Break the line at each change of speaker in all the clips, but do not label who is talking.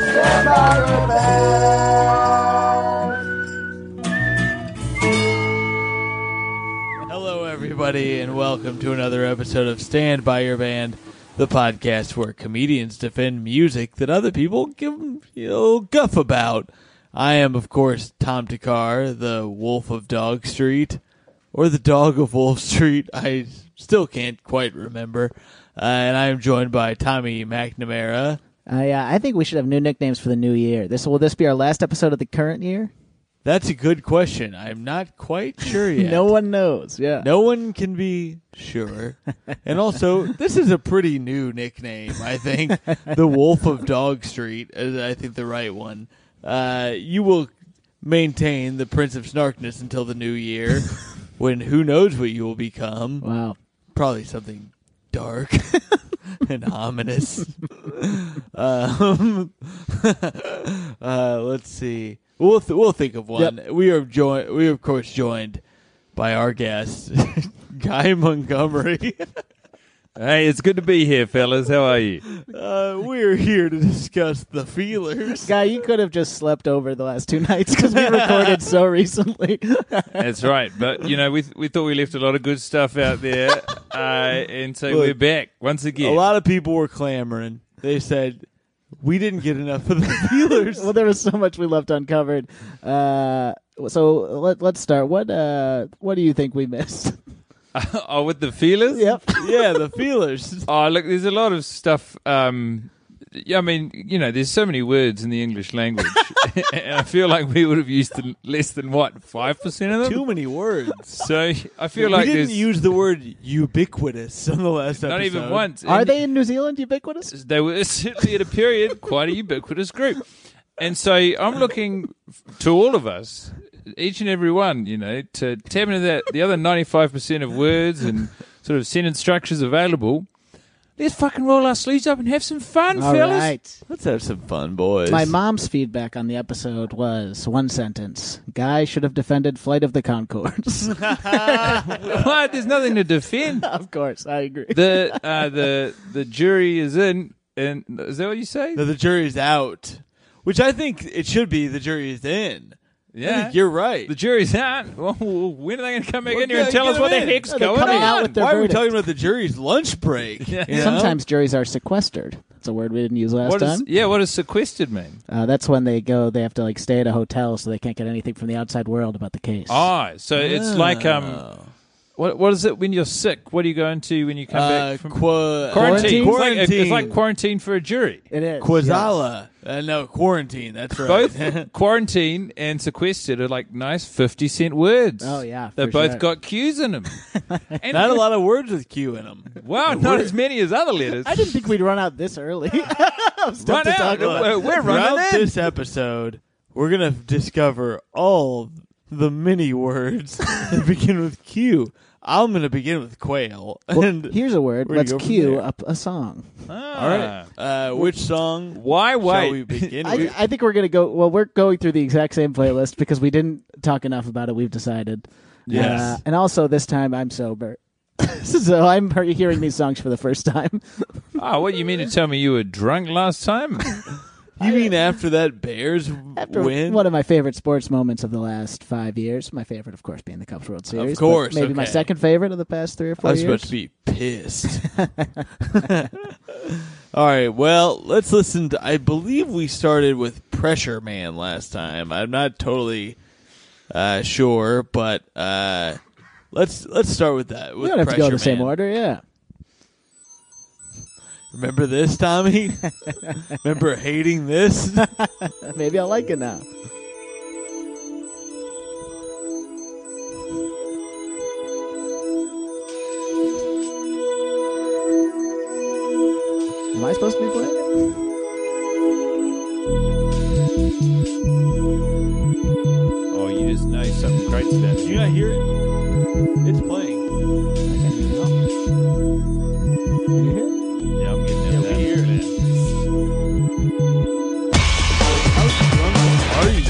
I rebel.
Hello, everybody, and welcome to another episode of Stand By Your Band, the podcast where comedians defend music that other people give a little guff about. I am, of course, Tom Takar, the wolf of Dog Street, or the dog of Wolf Street. I still can't quite remember. Uh, and I am joined by Tommy McNamara.
I uh, I think we should have new nicknames for the new year. This will this be our last episode of the current year?
That's a good question. I'm not quite sure yet.
No one knows. Yeah.
No one can be sure. and also, this is a pretty new nickname, I think. the Wolf of Dog Street is, I think, the right one. Uh, you will maintain the Prince of Snarkness until the new year, when who knows what you will become.
Wow.
Probably something dark and ominous. um, uh, let's see. We'll th- we'll think of one. We are joined. We are of course joined by our guest, Guy Montgomery.
Hey, it's good to be here, fellas. How are you?
Uh, we're here to discuss the feelers.
Guy, you could have just slept over the last two nights because we recorded so recently.
That's right. But you know, we we thought we left a lot of good stuff out there, uh, and so we're back once
A
again.
lot of people were clamoring. They said we didn't get enough of the feelers.
well, there was so much we left uncovered. Uh, so let, let's start. What uh, what do you think we missed?
oh, with the feelers.
yep.
yeah, the feelers.
Oh, look, there's a lot of stuff. Um, yeah, I mean, you know, there's so many words in the English language, and I feel like we would have used the- less than what five percent of them.
Too many words.
So I feel like
we didn't
there's
use the word ubiquitous on the last episode.
not even once.
Are
And-
they in New Zealand ubiquitous?
they were certainly at a period quite a ubiquitous group. And so I'm looking to all of us, each and every one, you know, to tap into that the other 95% of words and sort of sentence structures available. Let's fucking roll our sleeves up and have some fun,
All
fellas.
right.
Let's have some fun, boys.
My mom's feedback on the episode was one sentence. Guy should have defended Flight of the Concords.
What? There's nothing to defend.
of course, I agree.
The uh, the the jury is in, and is that what you say?
No, the jury's out, which I think it should be. The jury is in. I
yeah,
think you're right.
the jury's out. Well, when are they going to come back
Well,
in here and
yeah,
tell us
get
what the
in.
heck's
No, they're
going
coming
on?
out with their
Why are we
verdict.
talking about the jury's lunch break?
Yeah.
you know?
Sometimes juries are sequestered. That's a word we didn't use last
What
time.
is- yeah, what does sequestered mean?
uh, that's when they go. They have to like stay at a hotel, so they can't get anything from the outside world about the case.
Ah, so it's like um,
Oh.
what what is it when you're sick? What do you go into when you come
uh,
back from
qua-
quarantine?
Quarantine.
It's, like, it's like quarantine for a jury.
it is
Quazala. Uh, no, quarantine. That's right.
Both quarantine and sequestered are like nice fifty cent words.
Oh, yeah,
they
for
both
sure.
got Q's in them. and
Not a lot of words with Q in them.
Wow, not as many as other letters.
I didn't think we'd run out this early. Stuff
Run
to
out.
talk about.
We're- we're running
Throughout
in.
this episode, we're gonna discover all the many words that begin with Q. I'm gonna begin with quail. and
Here's a word.
We're gonna
Let's
go from
cue
there.
up a song.
Ah.
All right. Uh, which song?
Why
Shall
wait?
we begin
I,
with?
I think we're gonna go. Well, we're going through the exact same playlist because we didn't talk enough about it. We've decided.
Yes.
Uh, and also this time I'm sober, so I'm hearing these songs for the first time.
Oh, what you mean to tell me you were drunk last time?
You mean after that Bears
After
win?
one of my favorite sports moments of the last five years, my favorite, of course, being the Cubs World Series. but
course,
maybe my
okay.
second favorite of the past three or
I
four
was
years.
about to be pissed. All right, well, let's listen to. I believe we started with Pressure Man last time. I'm not totally uh, sure, but uh, let's let's start with that.
we
With
don't have to go in
Pressure
the same
Man.
order, yeah.
Remember this, Tommy? Remember hating this?
Maybe I like it now. Am I supposed to be playing? it?
oh, you just know something great's about
Do you not hear it? It's playing.
Can you hear it?
Yeah, I'm getting
Yeah, we hear it. How drunk are you?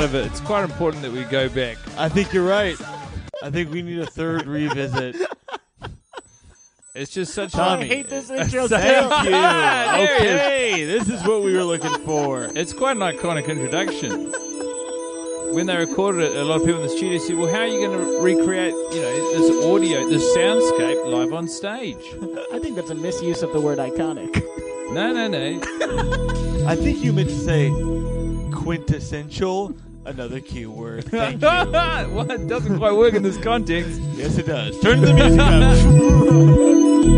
of it, it's quite important that we go back.
I think you're right. I think we need a third revisit.
It's just such
Tommy.
I hate this
Thank
intro still.
you.
There it is.
Okay, this is what we were looking for.
It's quite an iconic introduction. When they recorded it, a lot of people in the studio said, "Well, how are you going to recreate, you know, this audio, this soundscape live on stage?"
I think that's a misuse of the word iconic.
No, no, no.
I think you meant to say quintessential. Another Q word. Thank you.
well, it doesn't quite work in this context.
yes, it does. Turn the music up.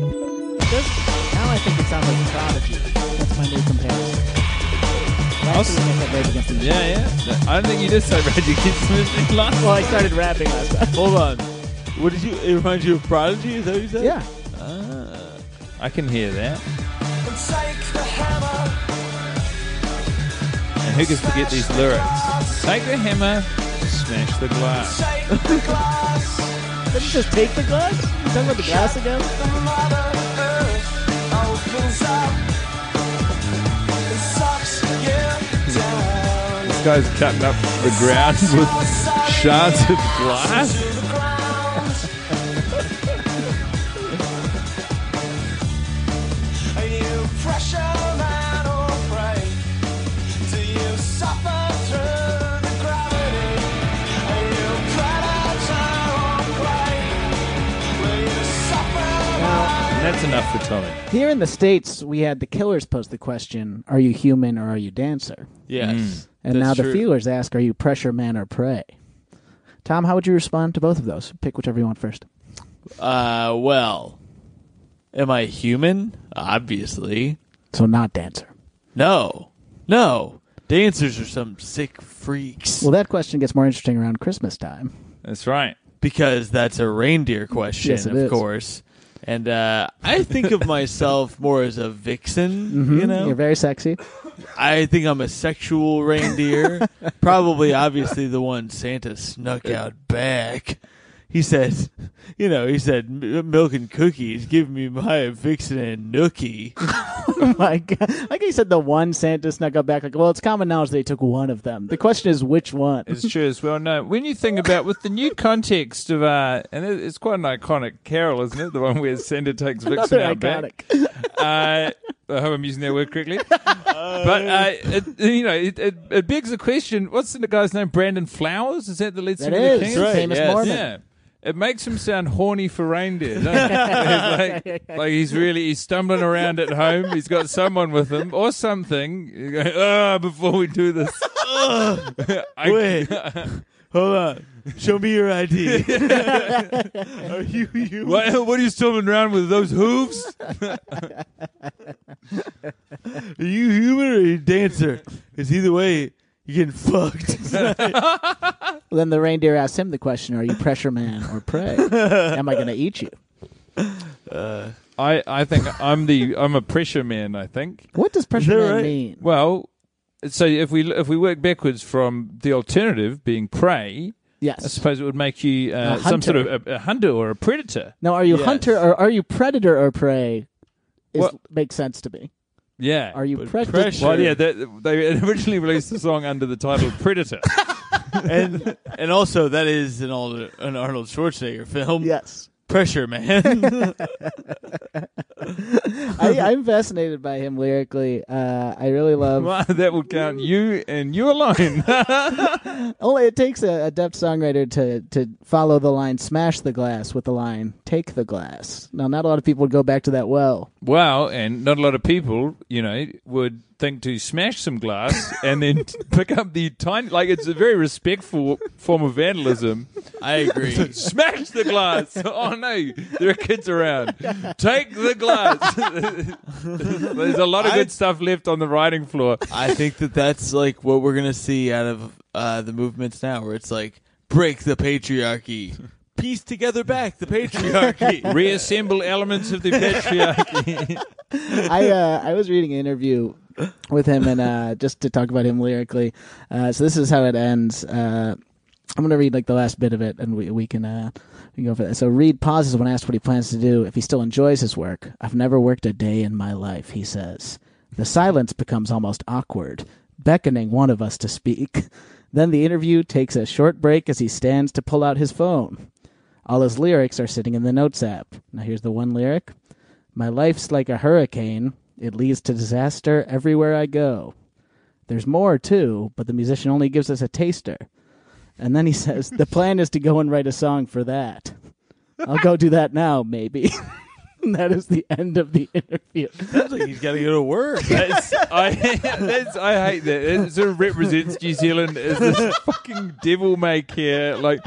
This- now I think it sounds like Prodigy. That's my new comparison. Last
Awesome.
week I said Rage Against the Machine.
Yeah, yeah. I don't think you did say Rage Against the Machine last.
Well, I started rapping last time.
Hold on. What did you? It reminds you of Prodigy. Is that what you said?
Yeah.
I can hear that. And who can forget these lyrics? Take the hammer, smash the glass.
Didn't it just take the glass? You talking about the glass again?
This guy's cutting up the ground with shards of glass.
Are you pressure man or prey? Do you suffer through the gravity? Are you predator or prey? Will you suffer?
And that's enough for Tommy.
Here in the States, we had the killers pose the question, Are you human or are you dancer?
Yes. Mm.
And
That's
now the
true.
feelers ask, Are you pressure man or prey? Tom, how would you respond to both of those? Pick whichever you want first.
Uh, well, am I human? Obviously,
So, not dancer.
no, no. Dancers are some sick freaks
Well, that question gets more interesting around Christmas time.
That's right.
because that's a reindeer question,
Yes, it
of
is.
course. And uh, I think of myself more as a vixen. You know,
Mm-hmm. You're very sexy.
I think I'm a sexual reindeer. Probably, obviously, the one Santa snuck out back. He said, you know, he said, "M- milk and cookies, give me my vixen and nookie.
my god! Like I said, the one Santa snuck up back. Like, well, it's common knowledge they took one of them. The question is which one.
It's true as well. No, when you think about with the new context of, uh, and it- it's quite an iconic carol, isn't it? The one where Santa takes
Another
Vixen out back.
iconic.
uh, I hope I'm using that word correctly. but uh, it, you know, it, it, it begs the question: What's the guy's name? Brandon Flowers? Is that the lead
That
singer? of the
is
Kings?
right,
famous
yes.
Mormon.
Yeah. It makes him sound horny for reindeer. doesn't it? It's like, like he's really he's stumbling around at home. He's got someone with him or something. You go, oh, before we do this, I-
Wait, hold on. Show me your ID. Are you you?
What, what are you stumbling around with those hooves?
Are you human or are you a dancer? Because either way, you're getting fucked.
Then the reindeer asks him the question: Are you pressure man or prey? Am I going to eat you?
I, I think I'm the I'm a pressure man. I think.
What does pressure
that
man
right?
mean?
Well, so if we if we work backwards from the alternative being prey, I
Yes.
suppose it would make you uh,
A
some sort
hunter.
of a, a hunter or a predator.
Now, are you
Yes.
hunter or are you predator or prey? Is,
What-
makes sense to me.
Yeah.
Are you
But
predator?
pressure-
Well, yeah. They, they originally released the song under the title Predator.
and and also, that is an, old, an Arnold Schwarzenegger film.
Yes.
Pressure, man.
I, I'm fascinated by him lyrically. Uh, I really love.
Well, that will count you and you alone.
Only it takes a, a deft songwriter to to follow the line "smash the glass" with the line "take the glass." Now, not a lot of people would go back to that well.
wow, and not a lot of people, you know, would think to smash some glass and then pick up the tiny. Like it's a very respectful form of vandalism.
I agree.
Smash the glass. Oh no, there are kids around. Take the glass. There's a lot of good
I-
stuff left on the writing floor.
I think that that's like what we're gonna see out of uh, the movements now, where it's like break the patriarchy, piece together back the patriarchy.
Reassemble elements of the patriarchy.
I uh, I was reading an interview with him, and uh, just to talk about him lyrically. Uh, so this is how it ends. Uh, I'm gonna read like the last bit of it, and we we can uh, we can go for that. So Reed pauses when asked what he plans to do if he still enjoys his work. I've never worked a day in my life, he says. The silence becomes almost awkward, beckoning one of us to speak. Then the interview takes a short break as he stands to pull out his phone. All his lyrics are sitting in the notes app. Now here's the one lyric My life's like a hurricane, it leads to disaster everywhere I go. There's more, too, but the musician only gives us a taster. And then he says, The plan is to go and write a song for that. I'll go do that now, maybe. and that is the end of the interview.
Sounds like he's got to go to work.
That's, I, that's, I hate that. It sort of represents New Zealand as this fucking devil may care, like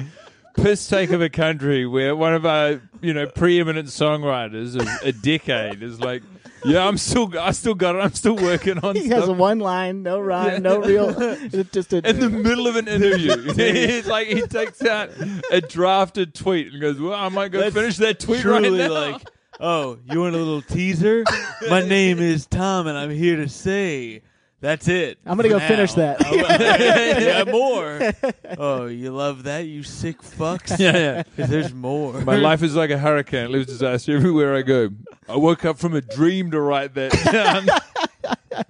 piss take of a country where one of our you know preeminent songwriters of a decade is like, yeah, I'm still, I still got it. I'm still working on
He has
stuff.
a one line, no rhyme, no real. It's just a,
in the middle of an interview, It's like he takes out a drafted tweet and goes, "Well, I might go
That's
finish that tweet right
Truly,
now."
like, oh, you want a little teaser? My name is Tom, and I'm here to say. That's it.
I'm gonna go
Now.
finish that.
Oh, yeah, more. Oh, you love that, you sick fucks.
yeah, yeah.
'Cause there's more.
My life is like a hurricane. It leaves disaster everywhere I go. I woke up from a dream to write that down.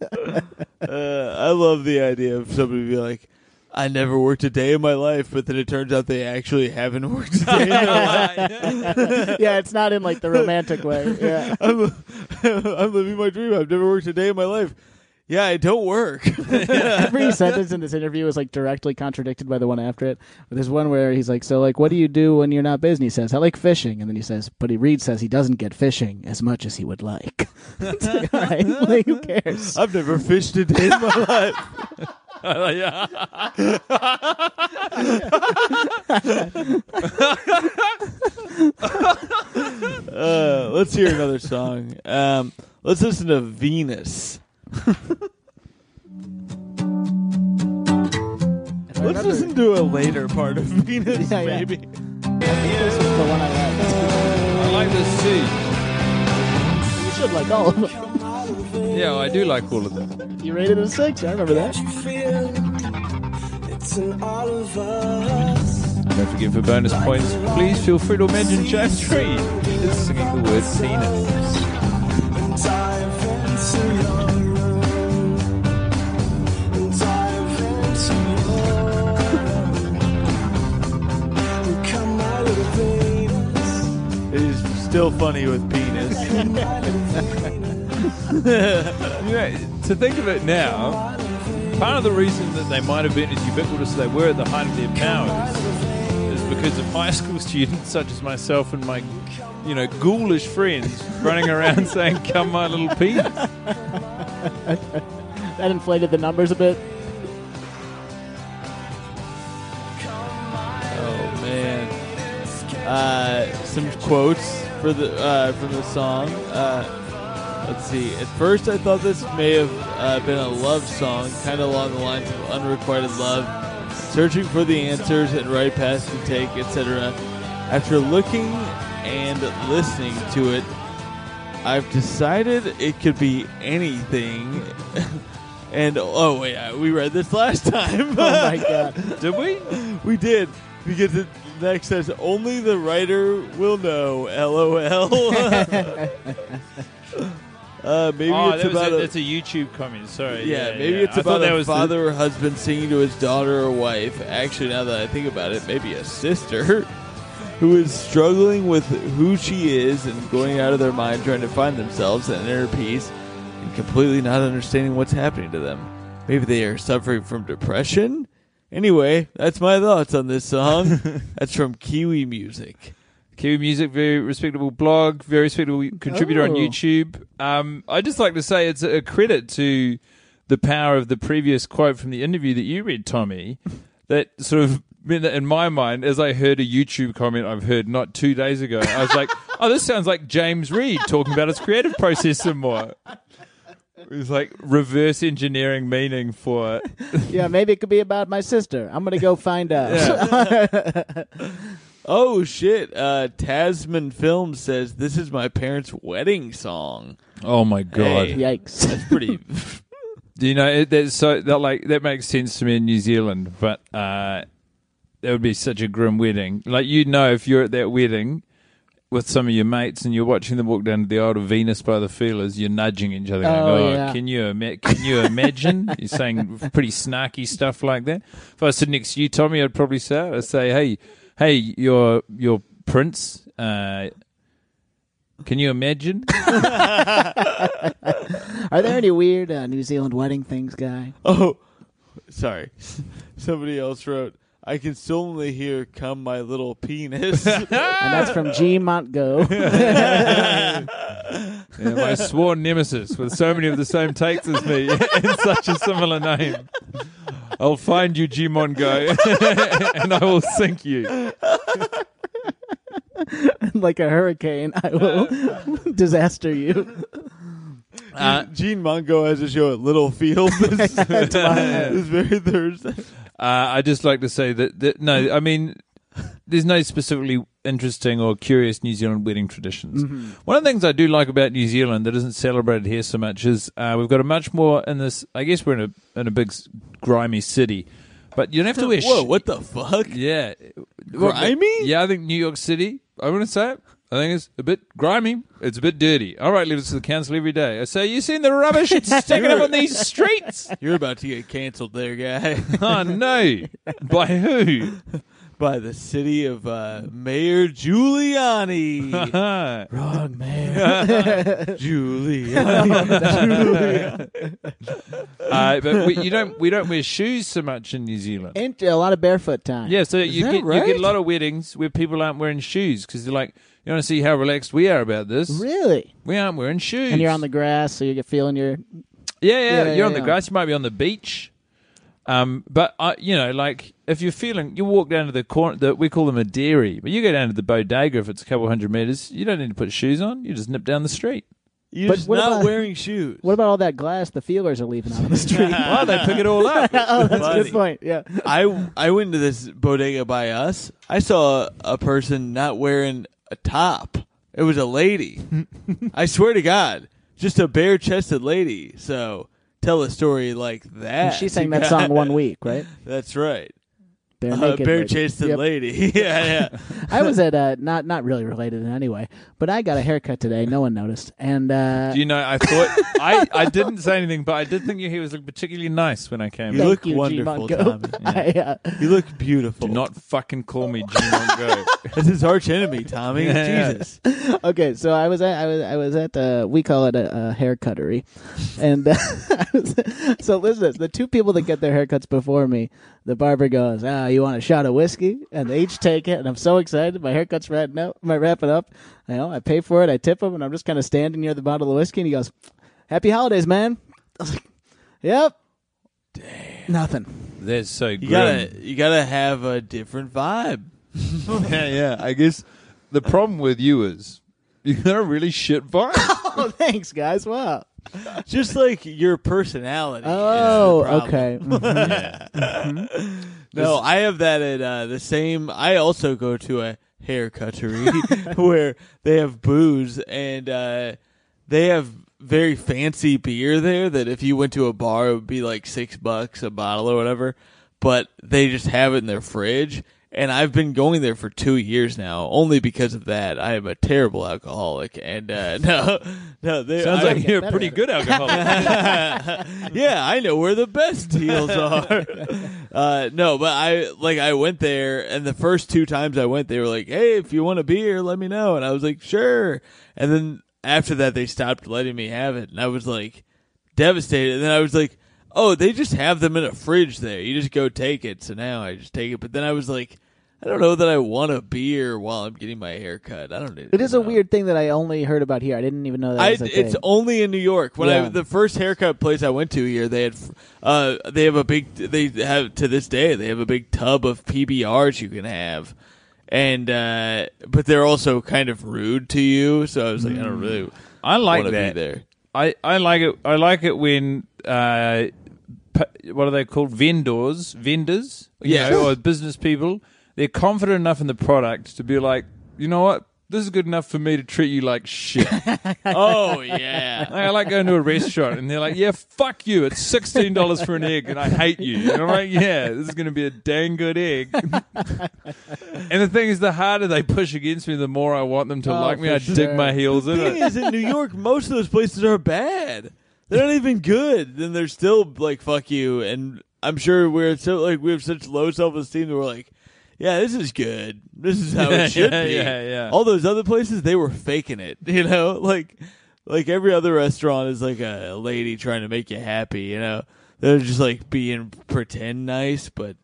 Uh, I love the idea of somebody be like, I never worked a day in my life, but then it turns out they actually haven't worked a day. in their life.
yeah, it's not in like the romantic way. Yeah.
I'm, I'm living my dream. I've never worked a day in my life. Yeah, I don't work.
Every sentence in this interview is like directly contradicted by the one after it. There's one where he's like, "So like, what do you do when you're not busy?" And he says, "I like fishing," and then he says, "But he Reed says he doesn't get fishing as much as he would like." It's like, all right, like, who cares?
I've never fished a day in my life.
yeah.
Uh, let's hear another song. Um, let's listen to Venus.
I
Let's
remember-
listen to a later part of Venus,
Yeah, yeah.
maybe.
This was the one I liked.
I like the sea.
You should like all of them.
Yeah, I do like all of that.
You rated it a six. I remember that.
It's an all of us.
Don't forget for bonus points, please feel free to imagine James Tree is singing the word penis.
Dive into your room. Dive into your room. Come out of the Venus.
It is still funny with penis.
Come out of the Venus.
You know, to think of it now, part of the reason that they might have been as ubiquitous as they were at the height of their powers is because of high school students such as myself and my, you know, ghoulish friends running around saying, "Come, my little penis."
That inflated the numbers a bit.
Oh man. Uh, some quotes for the uh, from the song. Uh, let's see. At first, I thought this may have uh, been a love song, kind of along the lines of unrequited love, searching for the answers and right paths to take, etc. After looking and listening to it, I've decided it could be anything. and oh wait, I- we read this last time.
Oh my god.
Did we?
We did because it next says only the writer will know. LOL. uh, maybe
oh,
it's
that was
about
a,
a,
that's a YouTube comment. Sorry.
yeah, maybe it's
I thought
about
that
a
was the-
father or husband singing to his daughter or wife. Actually, now that I think about it, maybe a sister who is struggling with who she is and going out of their mind, trying to find themselves and inner peace, and completely not understanding what's happening to them. Maybe they are suffering from depression. Anyway, that's my thoughts on this song. that's from Kiwi Music.
Kiwi Music, very respectable blog, very respectable contributor on
Oh.
YouTube. Um, I just like to say it's a credit to the power of the previous quote from the interview that you read, Tommy. That sort of meant that in my mind, as I heard a YouTube comment I've heard not two days ago, I was like, "Oh, this sounds like James Reed talking about his creative process some more." It was like reverse engineering meaning for
Yeah, maybe it could be about my sister. I'm gonna go find out.
Oh shit! Uh, Tasman Films says this is my parents' wedding song.
oh my
God.
Yikes.
That's pretty
Do You know, it, that's so that like that makes sense to me in New Zealand, but uh, that would be such a grim wedding. Like you know, if you're at that wedding with some of your mates and you're watching them walk down the aisle to Venus by the Feelers, you're nudging each other. Going,
Oh,
oh,
yeah.
can you ima- can you imagine? you're saying pretty snarky stuff like that. If I was sitting next to you, Tommy, I'd probably say, I'd say, hey, hey, your your prince. Uh, can you imagine?
Are there any weird uh, New Zealand wedding things, guy?
Oh, sorry. Somebody else wrote, I can still only hear come my little penis.
And that's from G. Montgo.
Yeah, my sworn nemesis with so many of the same takes as me and such a similar name. I'll find you, Jimon Go, and I will sink you.
like a hurricane, I will disaster you.
Uh,
Gene Mongo has a show at Littlefield this, this very Thursday.
Uh, I just like to say that, that no, I mean, there's no specifically interesting or curious New Zealand wedding traditions. One of the things I do like about New Zealand that isn't celebrated here so much is uh, we've got a much more in this. I guess we're in a in a big s- grimy city, but you don't have to wear.
Whoa,
sh-
what the fuck?
Yeah,
Grimy?
Yeah, I think New York City. I want to say it. I think it's a bit grimy. It's a bit dirty. All right, leave it to the council every day. I say, you seen the rubbish it's sticking up on these streets?
You're about to get canceled there, guy.
Oh no! By who?
By the city of uh, Mayor Giuliani.
Huh.
Wrong man.
Giuliani.
uh, but we, you don't we don't wear shoes so much in New Zealand.
Ain't a lot of barefoot time.
Yeah, so you
Eh, that
get, you
right?
get a lot of weddings where people aren't wearing shoes because they're like, you want to see how relaxed we are about this.
Really?
We aren't wearing shoes.
And you're on the grass, so you get feeling your.
yeah, yeah,
Yeah,
you're
yeah,
on the
yeah.
grass. You might be on the beach. Um, but I, you know, like if you're feeling, you walk down to the corner. The, we call them a dairy, but you go down to the bodega if it's a couple hundred meters. You don't need to put shoes on. You just nip down the street.
You're
But
just
what
not
about-
wearing shoes.
What about all that glass the feelers are leaving out on the street?
Well, they pick it all up.
oh, that's a
Funny.
good point. Yeah.
I I went to this bodega by us. I saw a person not wearing a top. It was a lady. I swear to God, just a bare chested lady. So tell a story like that.
And she sang that song one week, right?
That's right.
Bare
A
naked
Uh, bare
lady.
chested
Yep.
lady. yeah, yeah.
I was at uh, not not really related in any way, but I got a haircut today. No one noticed, and uh,
Do you know, I thought I, I didn't say anything, but I did think your hair was looking particularly nice when I came.
You
in.
thank
look
you,
wonderful,
G. Mongo.
Tommy.
I, uh,
You look beautiful.
Do not fucking call me Jim Mongo.
That's his arch enemy, Tommy.
Yeah.
Jesus.
okay, so I was at I was I was at uh, we call it a, a hair cuttery, and uh, I was, so listen, to this, the two people that get their haircuts before me, the barber goes, "Ah, you want a shot of whiskey?" And they each take it, and I'm so excited. My haircut's wrapping up. My wrapping up. You know, I pay for it. I tip him, and I'm just kind of standing near the bottle of whiskey, and he goes, "Happy holidays, man." I was like, "Yep." Damn. Nothing.
That's so
You
grim.
gotta you gotta have a different vibe.
yeah, yeah. I guess the problem with you is you got a really shit vibe.
Oh, thanks, guys. Wow.
Just like your personality. is the
Oh,
problem.
okay. Mhm.
No, I have that at uh, the same. I also go to a hair cuttery where they have booze and uh, they have very fancy beer there. That if you went to a bar, it would be like six bucks a bottle or whatever. But they just have it in their fridge. And I've been going there for two years now, only because of that. I am a terrible alcoholic, and uh, no, no, they,
Sounds
I-
like you're a pretty good alcoholic.
yeah, I know where the best deals are. uh, no, but I like I went there, and the first two times I went, they were like, "Hey, if you want a beer, let me know," and I was like, "Sure." And then after that, they stopped letting me have it, and I was like devastated. And then I was like, "Oh, they just have them in a fridge there. You just go take it." So now I just take it. But then I was like. I don't know that I want a beer while I'm getting my hair cut. I don't.
It is a
know.
weird thing that I only heard about here. I didn't even know that
I,
was a
it's
thing.
only in New York. When I
Yeah.
the first haircut place I went to here, they had uh, they have a big they have to this day they have a big tub of PBRs you can have, and uh, but they're also kind of rude to you. So I was like, I don't really
Mm. I like
want to be
that.
there.
I, I like it. I like it when uh, p- what are they called? Vendors, vendors, you
Yeah.
know, or business people. They're confident enough in the product to be like, you know what? This is good enough for me to treat you like shit.
Oh yeah.
I like going to a restaurant and they're like, yeah, fuck you. It's sixteen dollars for an egg, and I hate you. And I'm like, yeah, this is going to be a dang good egg. and the thing is, the harder they push against me, the more I want them to
Oh,
like me.
for
I
sure.
dig my heels in.
thing
I-
is, in New York, most of those places are bad. They're not even good. Then they're still like "fuck you," and I'm sure we're so like we have such low self esteem that we're like, "Yeah, this is good. This is how
Yeah,
it should
yeah,
be."
yeah, yeah.
All those other places, they were faking it. You know, like like every other restaurant is like a lady trying to make you happy. You know, they're just like being pretend nice, but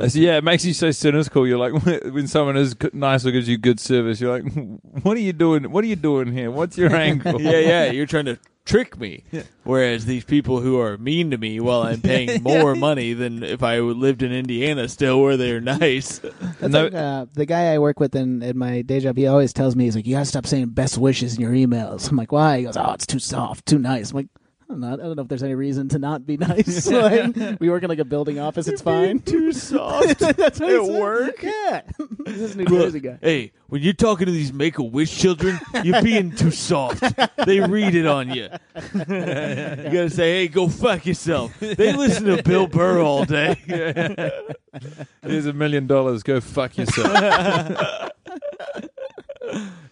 I say, yeah, it makes you so cynical. You're like, when someone is g- nice or gives you good service, you're like, what are you doing? What are you doing here? What's your angle?
yeah, yeah, you're trying to trick me. Whereas these people who are mean to me while I'm paying more money than if I lived in Indiana still where they're nice.
That's
No-
like, uh, the guy I work with in, in my day job. He always tells me he's like, "You gotta stop saying best wishes in your emails." I'm like, "Why?" He goes, "Oh, it's too soft, too nice." I'm like, "I'm not. I don't know if there's any reason to not be nice. like, we work in like a building office. It's fine.
Too soft.
That's what he
At
said.
work?
Yeah, this is New Jersey guy.
Hey, when you're talking to these make a wish children, you're being too soft. They read it on you. you gotta say, hey, go fuck yourself. They listen to Bill Burr all day.
Here's a million dollars. Go fuck yourself.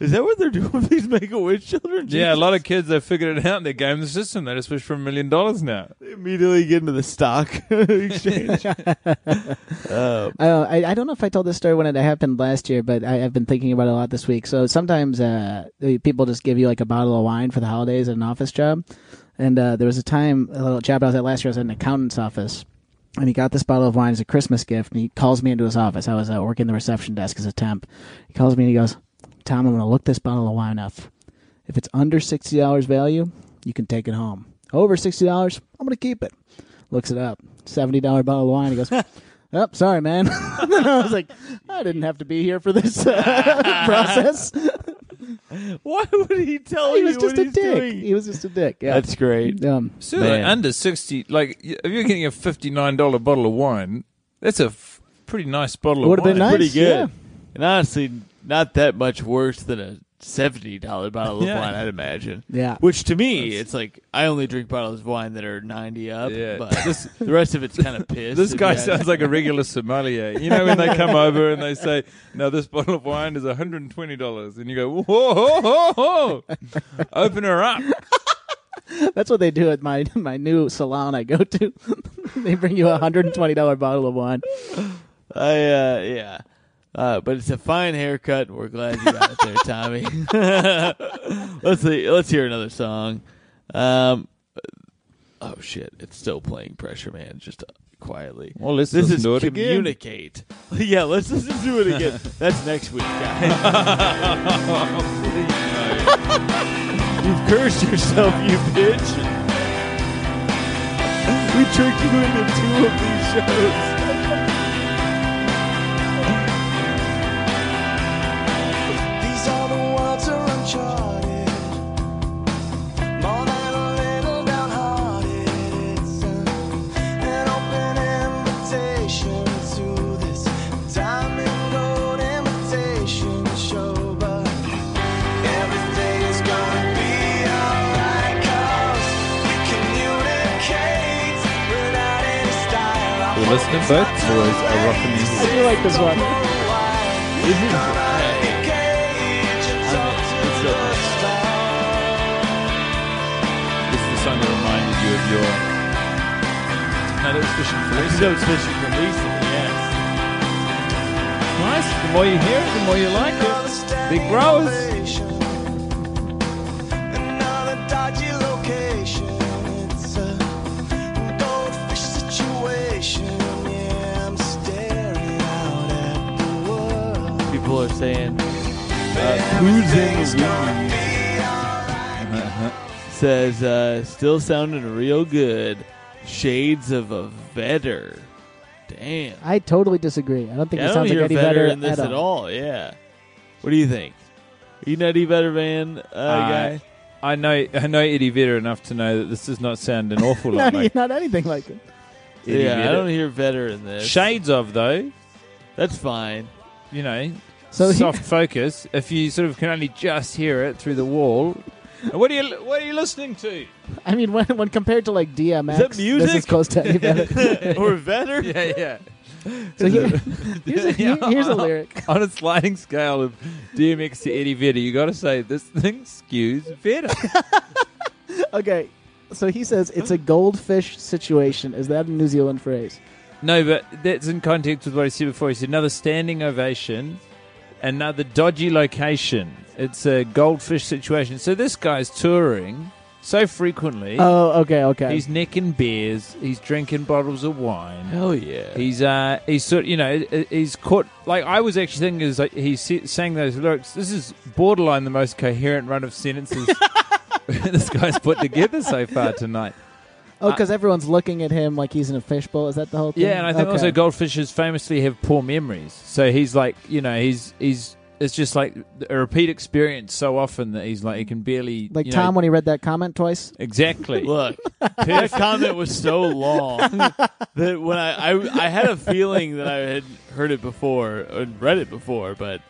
Is that what they're doing with these make a wish children?
yeah, a
Jesus.
lot of kids, they figured it out. They game the system. They just wish for a million dollars now.
They immediately get into the stock exchange. Uh,
Oh, I, I don't know if I told this story when it happened last year, but I, I've been thinking about it a lot this week. So sometimes uh, the people just give you like a bottle of wine for the holidays at an office job. And uh, there was a time, a little job I was at last year, I was at an accountant's office. And he got this bottle of wine as a Christmas gift, and he calls me into his office. I was uh, working the reception desk as a temp. He calls me and he goes, Tom, I'm going to look this bottle of wine up. If it's under $60 value, you can take it home. Over $60, I'm going to keep it. Looks it up. $70 bottle of wine. He goes, Oh, sorry, man. And then I was like, I didn't have to be here for this uh, process.
Why would he tell
He
you
was
what
just a
he's
dick.
doing?
He was just a dick. Yeah.
That's great.
um,
So like
Man.
under sixty, like y- if you're getting a fifty-nine dollar bottle of wine, that's a f- pretty nice bottle.
Would've
of wine.
been nice.
Pretty good.
yeah.
And honestly, not that much worse than a seventy dollar bottle of
Yeah.
wine, I'd imagine.
Yeah.
Which to me, it's like I only drink bottles of wine that are ninety up.
Yeah.
But the rest of it's kind of pissed.
This
if
guy
you ask
sounds like a regular sommelier. You know when they come over and they say, "Now this bottle of wine is one hundred and twenty dollars," and you go, "Whoa, ho, ho, ho. open her up."
That's what they do at my my new salon I go to. they bring you a hundred and twenty dollar bottle of wine.
I uh, yeah. Uh, but it's a fine haircut. We're glad you got it there, Tommy. let's see, let's hear another song. Um, oh shit, it's still playing Pressure Man just uh, quietly.
Well, let's
this
listen
is
to it again.
communicate. yeah, let's listen to it again. That's next week, guys. You've cursed yourself, you bitch. We tricked you into two of these shows.
These are the waters uncharted, more than a little downhearted. It's an open invitation to this diamond gold invitation show, but everything is gonna be alright 'cause we communicate without any style. I
You're listening
want
folks to a rock and
I do like this one.
This is
It's
a-
This is the song that reminded you of your. No, that was fishing for
this is
Lisa.
those fishing from Lisa. Yes.
Nice. The more you hear it, the more you like it. Big growers.
Another dodgy location. It's a goldfish situation. Yeah, I'm staring out at the world.
People are saying, uh, who's in the weeds? Says, uh, still sounding real good. Shades of a vetter. Damn.
I totally disagree. I don't think
Yeah,
it
I don't
sounds like
hear
Eddie
vetter
Vedder
in this at all. Yeah. What do you think? Are you nutty vetter man uh,
Uh,
guy?
I know, I know Eddie Vedder enough to know that this does not sound an awful
No,
lot like
not anything like it.
Eddie
Yeah, I
Vedder.
don't hear vetter in this.
Shades of though,
That's fine.
you know,
So he-
soft focus. If you sort of can only just hear it through the wall. And What are you? What are you listening to?
I mean, when, when compared to like DMX,
Is that
this is
music?
close to any better.
or better.
Yeah, yeah.
So he- here's, a, here- here's a lyric.
On a sliding scale of DMX to Eddie Vedder, you got to say this thing skews Vedder.
Okay, so he says it's a goldfish situation. Is that a New Zealand phrase?
No, but that's in context with what I said before. He said another standing ovation, another dodgy location. It's a goldfish situation. So this guy's touring so frequently.
Oh, okay, okay.
He's necking beers. He's drinking bottles of wine.
Hell yeah.
He's uh, he's sort you know, he's caught. Like I was actually thinking, is like he sa- sang those lyrics. This is borderline the most coherent run of sentences this guy's put together so far tonight.
oh, because everyone's looking at him like he's in a fishbowl. Is that the whole thing?
Yeah, and I think
Okay.
also goldfishes famously have poor memories. So he's like, you know, he's he's it's just like a repeat experience so often that he's like he can barely
like
you know-
Tom when he read that comment twice.
exactly.
Look, that comment was so long that when I, I I had a feeling that I had heard it before and read it before, but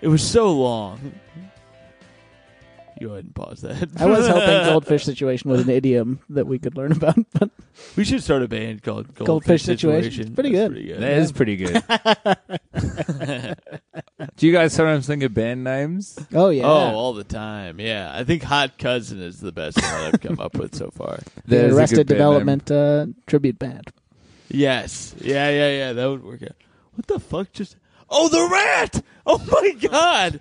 it was so long. You go ahead and pause that.
I was hoping goldfish situation was an idiom that we could learn about, but
We should start a band called Goldfish,
Goldfish Situation.
Situation.
It's pretty
That's
good.
That is pretty good. Do you guys sometimes think of band names?
oh yeah,
Oh, all the time. Yeah, I think Hot Cousin is the best one I've come up with so far.
That is a
the
good
Arrested
band name.
Development uh, tribute band.
Yes. Yeah, yeah, yeah. That would work out. What the fuck just Oh the rat! Oh my god.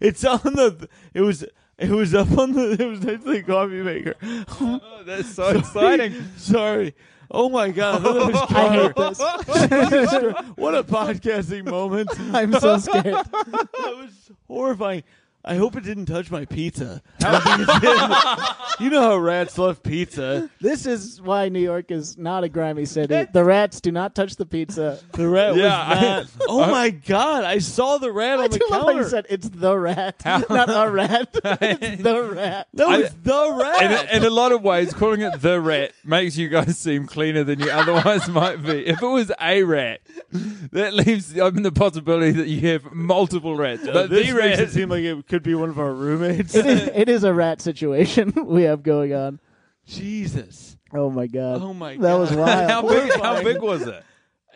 It's on the it was it was up on the it was next to the coffee maker.
Oh, that's so exciting.
Sorry. Oh my god, I thought that was
I hate
Connor.
this.
What a podcasting moment.
I'm so scared.
That was horrifying. I hope it didn't touch my pizza. I don't think it did. you know how rats love pizza.
This is why New York is not a grimy city. The rats do not touch the pizza.
The rat
Yeah, I-
was not. oh my god! I saw the rat
I
on the
do love how
counter.
you said it's the rat, not a rat. it's the rat.
that
I-
was the rat.
In, in a lot of ways, calling it the rat makes you guys seem cleaner than you otherwise might be. If it was a rat, that leaves open the possibility that you have multiple rats. But
Oh, this
the
makes it
rat,
seem like it could be one of our roommates.
It is, it is a rat situation we have going on.
Jesus,
Oh my god.
Oh my
that was
God.
wild.
how big? How big was it?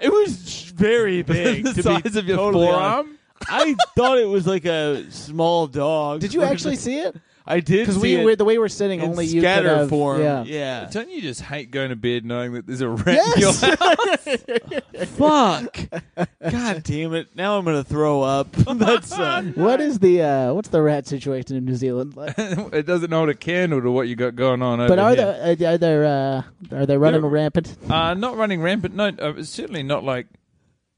it was very big.
the
to
size
be
of your
totally honest.
forearm.
I thought it was like a small dog.
Did you actually see it?
I did
Because
see
we
it
were the way we're sitting,
in
only you could
scatter
have-
form.
Yeah.
yeah.
Don't you just hate going to bed knowing that there's a rat? in your
Yes.
house?
Fuck. God damn it. Now I'm going to throw up. That's uh,
what is the uh, what's the rat situation in New Zealand like?
it doesn't hold a candle to what you got going on over
But are
here.
there are there uh, are they running
They're-
rampant?
Uh, not running rampant. No, uh, it's certainly not like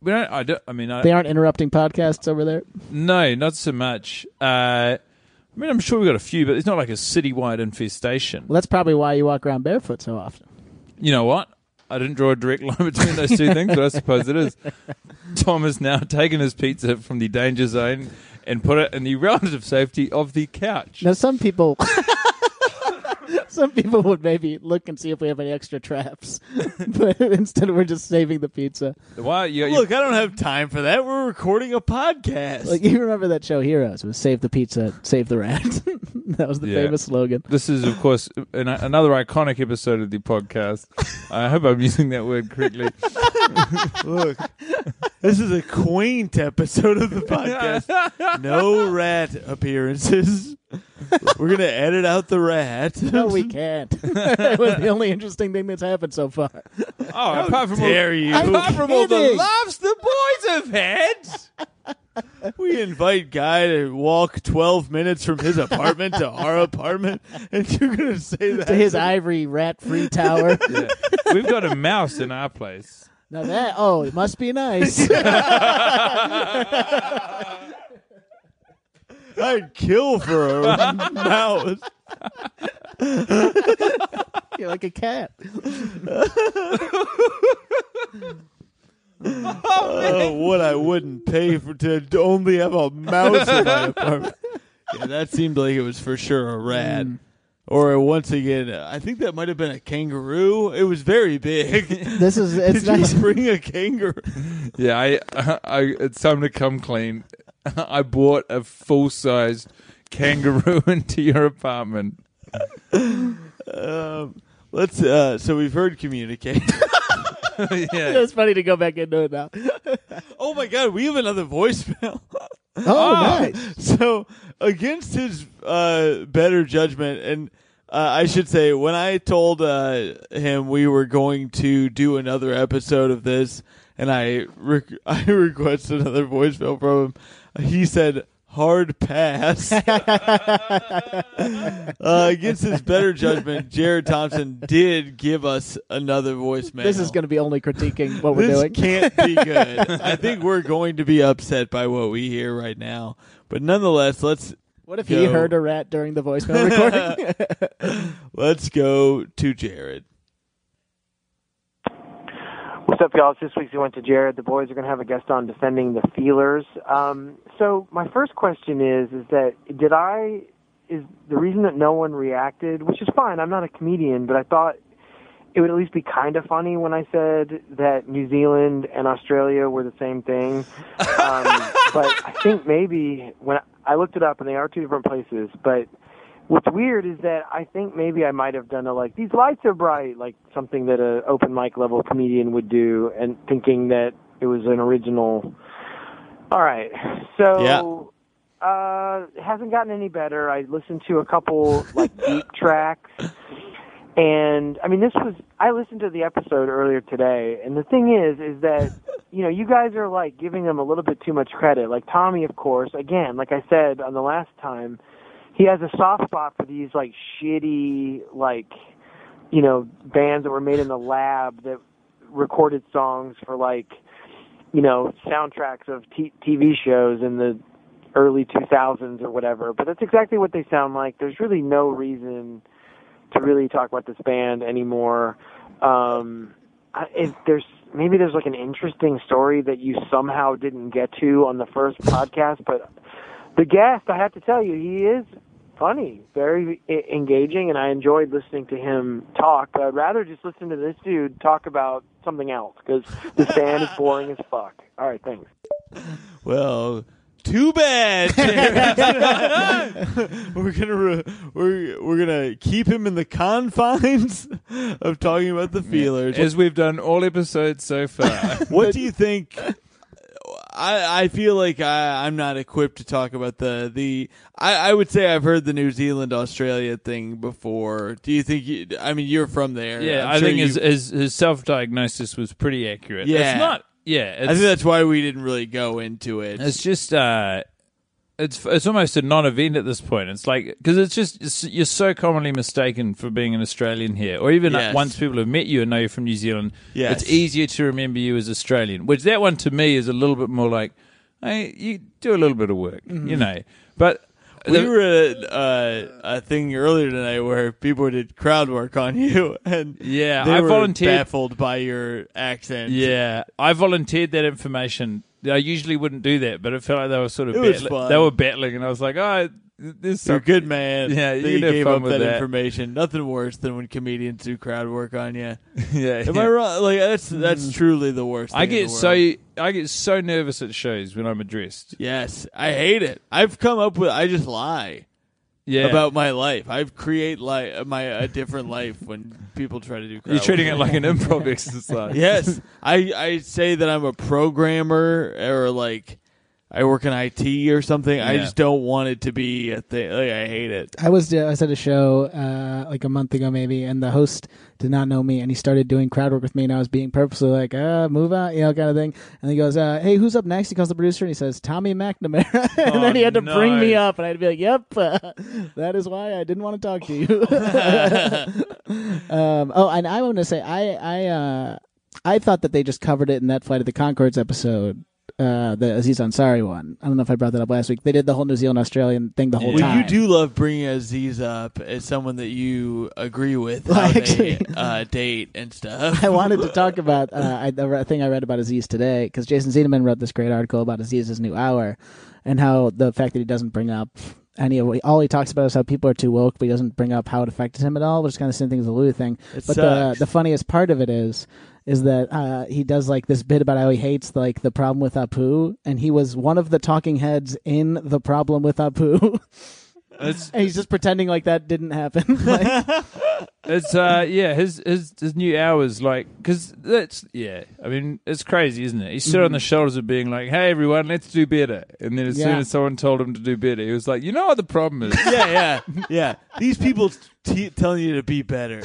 we don't. I don't. I mean, I,
They aren't interrupting podcasts over there.
No, not so much. Uh, I mean, I'm sure we've got a few, but it's not like a citywide infestation.
Well, that's probably why you walk around barefoot so often.
You know what? I didn't draw a direct line between those two things, but I suppose it is. Tom has now taken his pizza from the danger zone and put it in the relative safety of the couch.
Now some people some people would maybe look and see if we have any extra traps. but instead we're just saving the pizza.
Why? You, you-
Look, I don't have time for that. We're recording a podcast.
Like you remember that show Heroes was save the pizza, save the rat. that was the
Yeah.
famous slogan.
this is, of course, an, another iconic episode of the podcast. I hope I'm using that word correctly.
Look. This is a quaint episode of the
Oh,
podcast. No rat appearances. We're going to edit out the rat.
No, we can't. it was the only interesting thing that's happened so far.
Oh, apart from all,
Dare you.
apart from all the
kidding.
laughs the boys have had.
We invite Guy to walk 12 minutes from his apartment to our apartment, and you're going to say that.
to his ivory rat free tower.
Yeah. We've got a mouse in our place.
Now that oh, it must be nice.
I'd kill for a mouse.
You're like a cat.
Oh, what I wouldn't pay for to only have a mouse in my apartment. Yeah, that seemed like it was for sure a rat.
Mm.
Or once again, I think that might have been a kangaroo. It was very big.
This is it's
Did
nice.
you bring a kangaroo?
Yeah, I, I, it's time to come clean. I bought a full sized kangaroo into your apartment.
Um, let's. Uh, so we've heard communicate.
yeah.
It's funny to go back into it now.
oh my god, we have another voicemail.
Oh,
Ah.
nice.
so against his uh, better judgment, and uh, I should say, when I told uh, him we were going to do another episode of this, and I re- I requested another voicemail from him, he said. Hard pass. uh, against his better judgment, Jared Thompson did give us another voicemail.
This is going to be only critiquing what we're
this
doing.
can't be good. I think we're going to be upset by what we hear right now. But nonetheless, let's
What if he
go-
heard a rat during the voicemail recording?
let's go to Jared.
What's up, y'all? It's This week's we went to Jared. The boys are going to have a guest on defending the feelers. Um, so my first question is: is that did I? Is the reason that no one reacted, which is fine. I'm not a comedian, but I thought it would at least be kind of funny when I said that New Zealand and Australia were the same thing. Um, but I think maybe when I looked it up, and they are two different places. But what's weird is that I think maybe I might have done a like these lights are bright, like something that a open mic level comedian would do, and thinking that it was an original. All right, so.
Yeah.
Uh, it hasn't gotten any better. I listened to a couple like deep tracks, and I mean, this was I listened to the episode earlier today, and the thing is, is that you know you guys are like giving them a little bit too much credit. Like Tommy, of course, again, like I said on the last time, he has a soft spot for these like shitty like you know bands that were made in the lab that recorded songs for like you know soundtracks of t- TV shows in the early 2000s or whatever. But that's exactly what they sound like. There's really no reason to really talk about this band anymore. Um, I, if there's maybe there's like an interesting story that you somehow didn't get to on the first podcast, but the guest, I have to tell you, he is funny, very e- engaging, and I enjoyed listening to him talk. But I'd rather just listen to this dude talk about something else because the band is boring as fuck. All right, thanks.
Well, too bad. Jared. we're gonna re- we're we're gonna keep him in the confines of talking about the feelers.
As we've done all episodes so far.
what do you think? I I feel like I I'm not equipped to talk about the the I I would say I've heard the New Zealand Australia thing before. Do you think? You, I mean, you're from there.
yeah,
I'm
I
sure
think
you-
his, his, his self diagnosis was pretty accurate.
Yeah.
It's not. Yeah.
I
it's-
think that's why we didn't really go into it.
It's just uh, it's it's almost a non-event at this point. It's like because it's just it's, you're so commonly mistaken for being an Australian here, or even
Yes.
once people have met you and know you're from New Zealand,
Yes.
it's easier to remember you as Australian. Which that one to me is a little bit more like, hey, you do a little bit of work, you know, but.
we Mm-hmm. were at uh, a thing earlier tonight where people did crowd work on you, and
Yeah,
they
I
were
volunteered-
baffled by your accent.
Yeah, I volunteered that information. I usually wouldn't do that, but it felt like they were sort of
It was
battling-
fun.
they were battling, and I was like, "Oh, this
You're a
some-
good man.
Yeah, you
they
can have
gave
fun
up
with
that,
that.
information. Nothing worse than when comedians do crowd work on you.
yeah."
Am
yeah. Mm-hmm.
I wrong? Like that's that's truly the worst.
I
thing in
get
the
so
world.
I get so nervous at shows when I'm addressed.
yes, I hate it. I've come up with I just lie
Yeah,
about my life. I've create li- my a different life when people try to do. Crowd
you're
work.
treating it like an improv exercise.
yes, I I say that I'm a programmer or like I work in IT or something. I
Yeah.
just don't want it to be a thing. Like, I hate it.
I was I was at a show uh, like a month ago maybe, and the host did not know me, and he started doing crowd work with me, and I was being purposely like, uh, move out, you know, kind of thing. And he goes, uh, hey, who's up next? He calls the producer, and he says, Tommy McNamara, and
Oh,
then he had to
no.
bring me up, and I had to be like, yep, uh, that is why I didn't want to talk to you. um, oh, and I want to say, I I uh, I thought that they just covered it in that Flight of the Concords episode. Uh, the Aziz Ansari one. I don't know if I brought that up last week. They did the whole New Zealand Australian thing the whole
Yeah.
Well,
time.
you do love bringing Aziz up as someone that you agree with, how
Like-
they, uh, date and stuff.
I wanted to talk about uh, I, the re- thing I read about Aziz today because Jason Zedeman wrote this great article about Aziz's new hour and how the fact that he doesn't bring up any of all he talks about is how people are too woke, but he doesn't bring up how it affected him at all, which is kind of the same thing as the Lou thing.
It
but
sucks.
the the funniest part of it is is that uh, he does like this bit about how he hates like the problem with Apu, and he was one of the talking heads in the problem with Apu,
It's
and he's just pretending like that didn't happen. like,
it's uh yeah his his his new hours like because that's yeah I mean it's crazy isn't it? He stood on
Mm-hmm.
the shoulders of being like, hey everyone, let's do better, and then as soon
Yeah.
as someone told him to do better, he was like, you know what the problem is.
yeah, yeah, yeah. These people t- telling you to be better.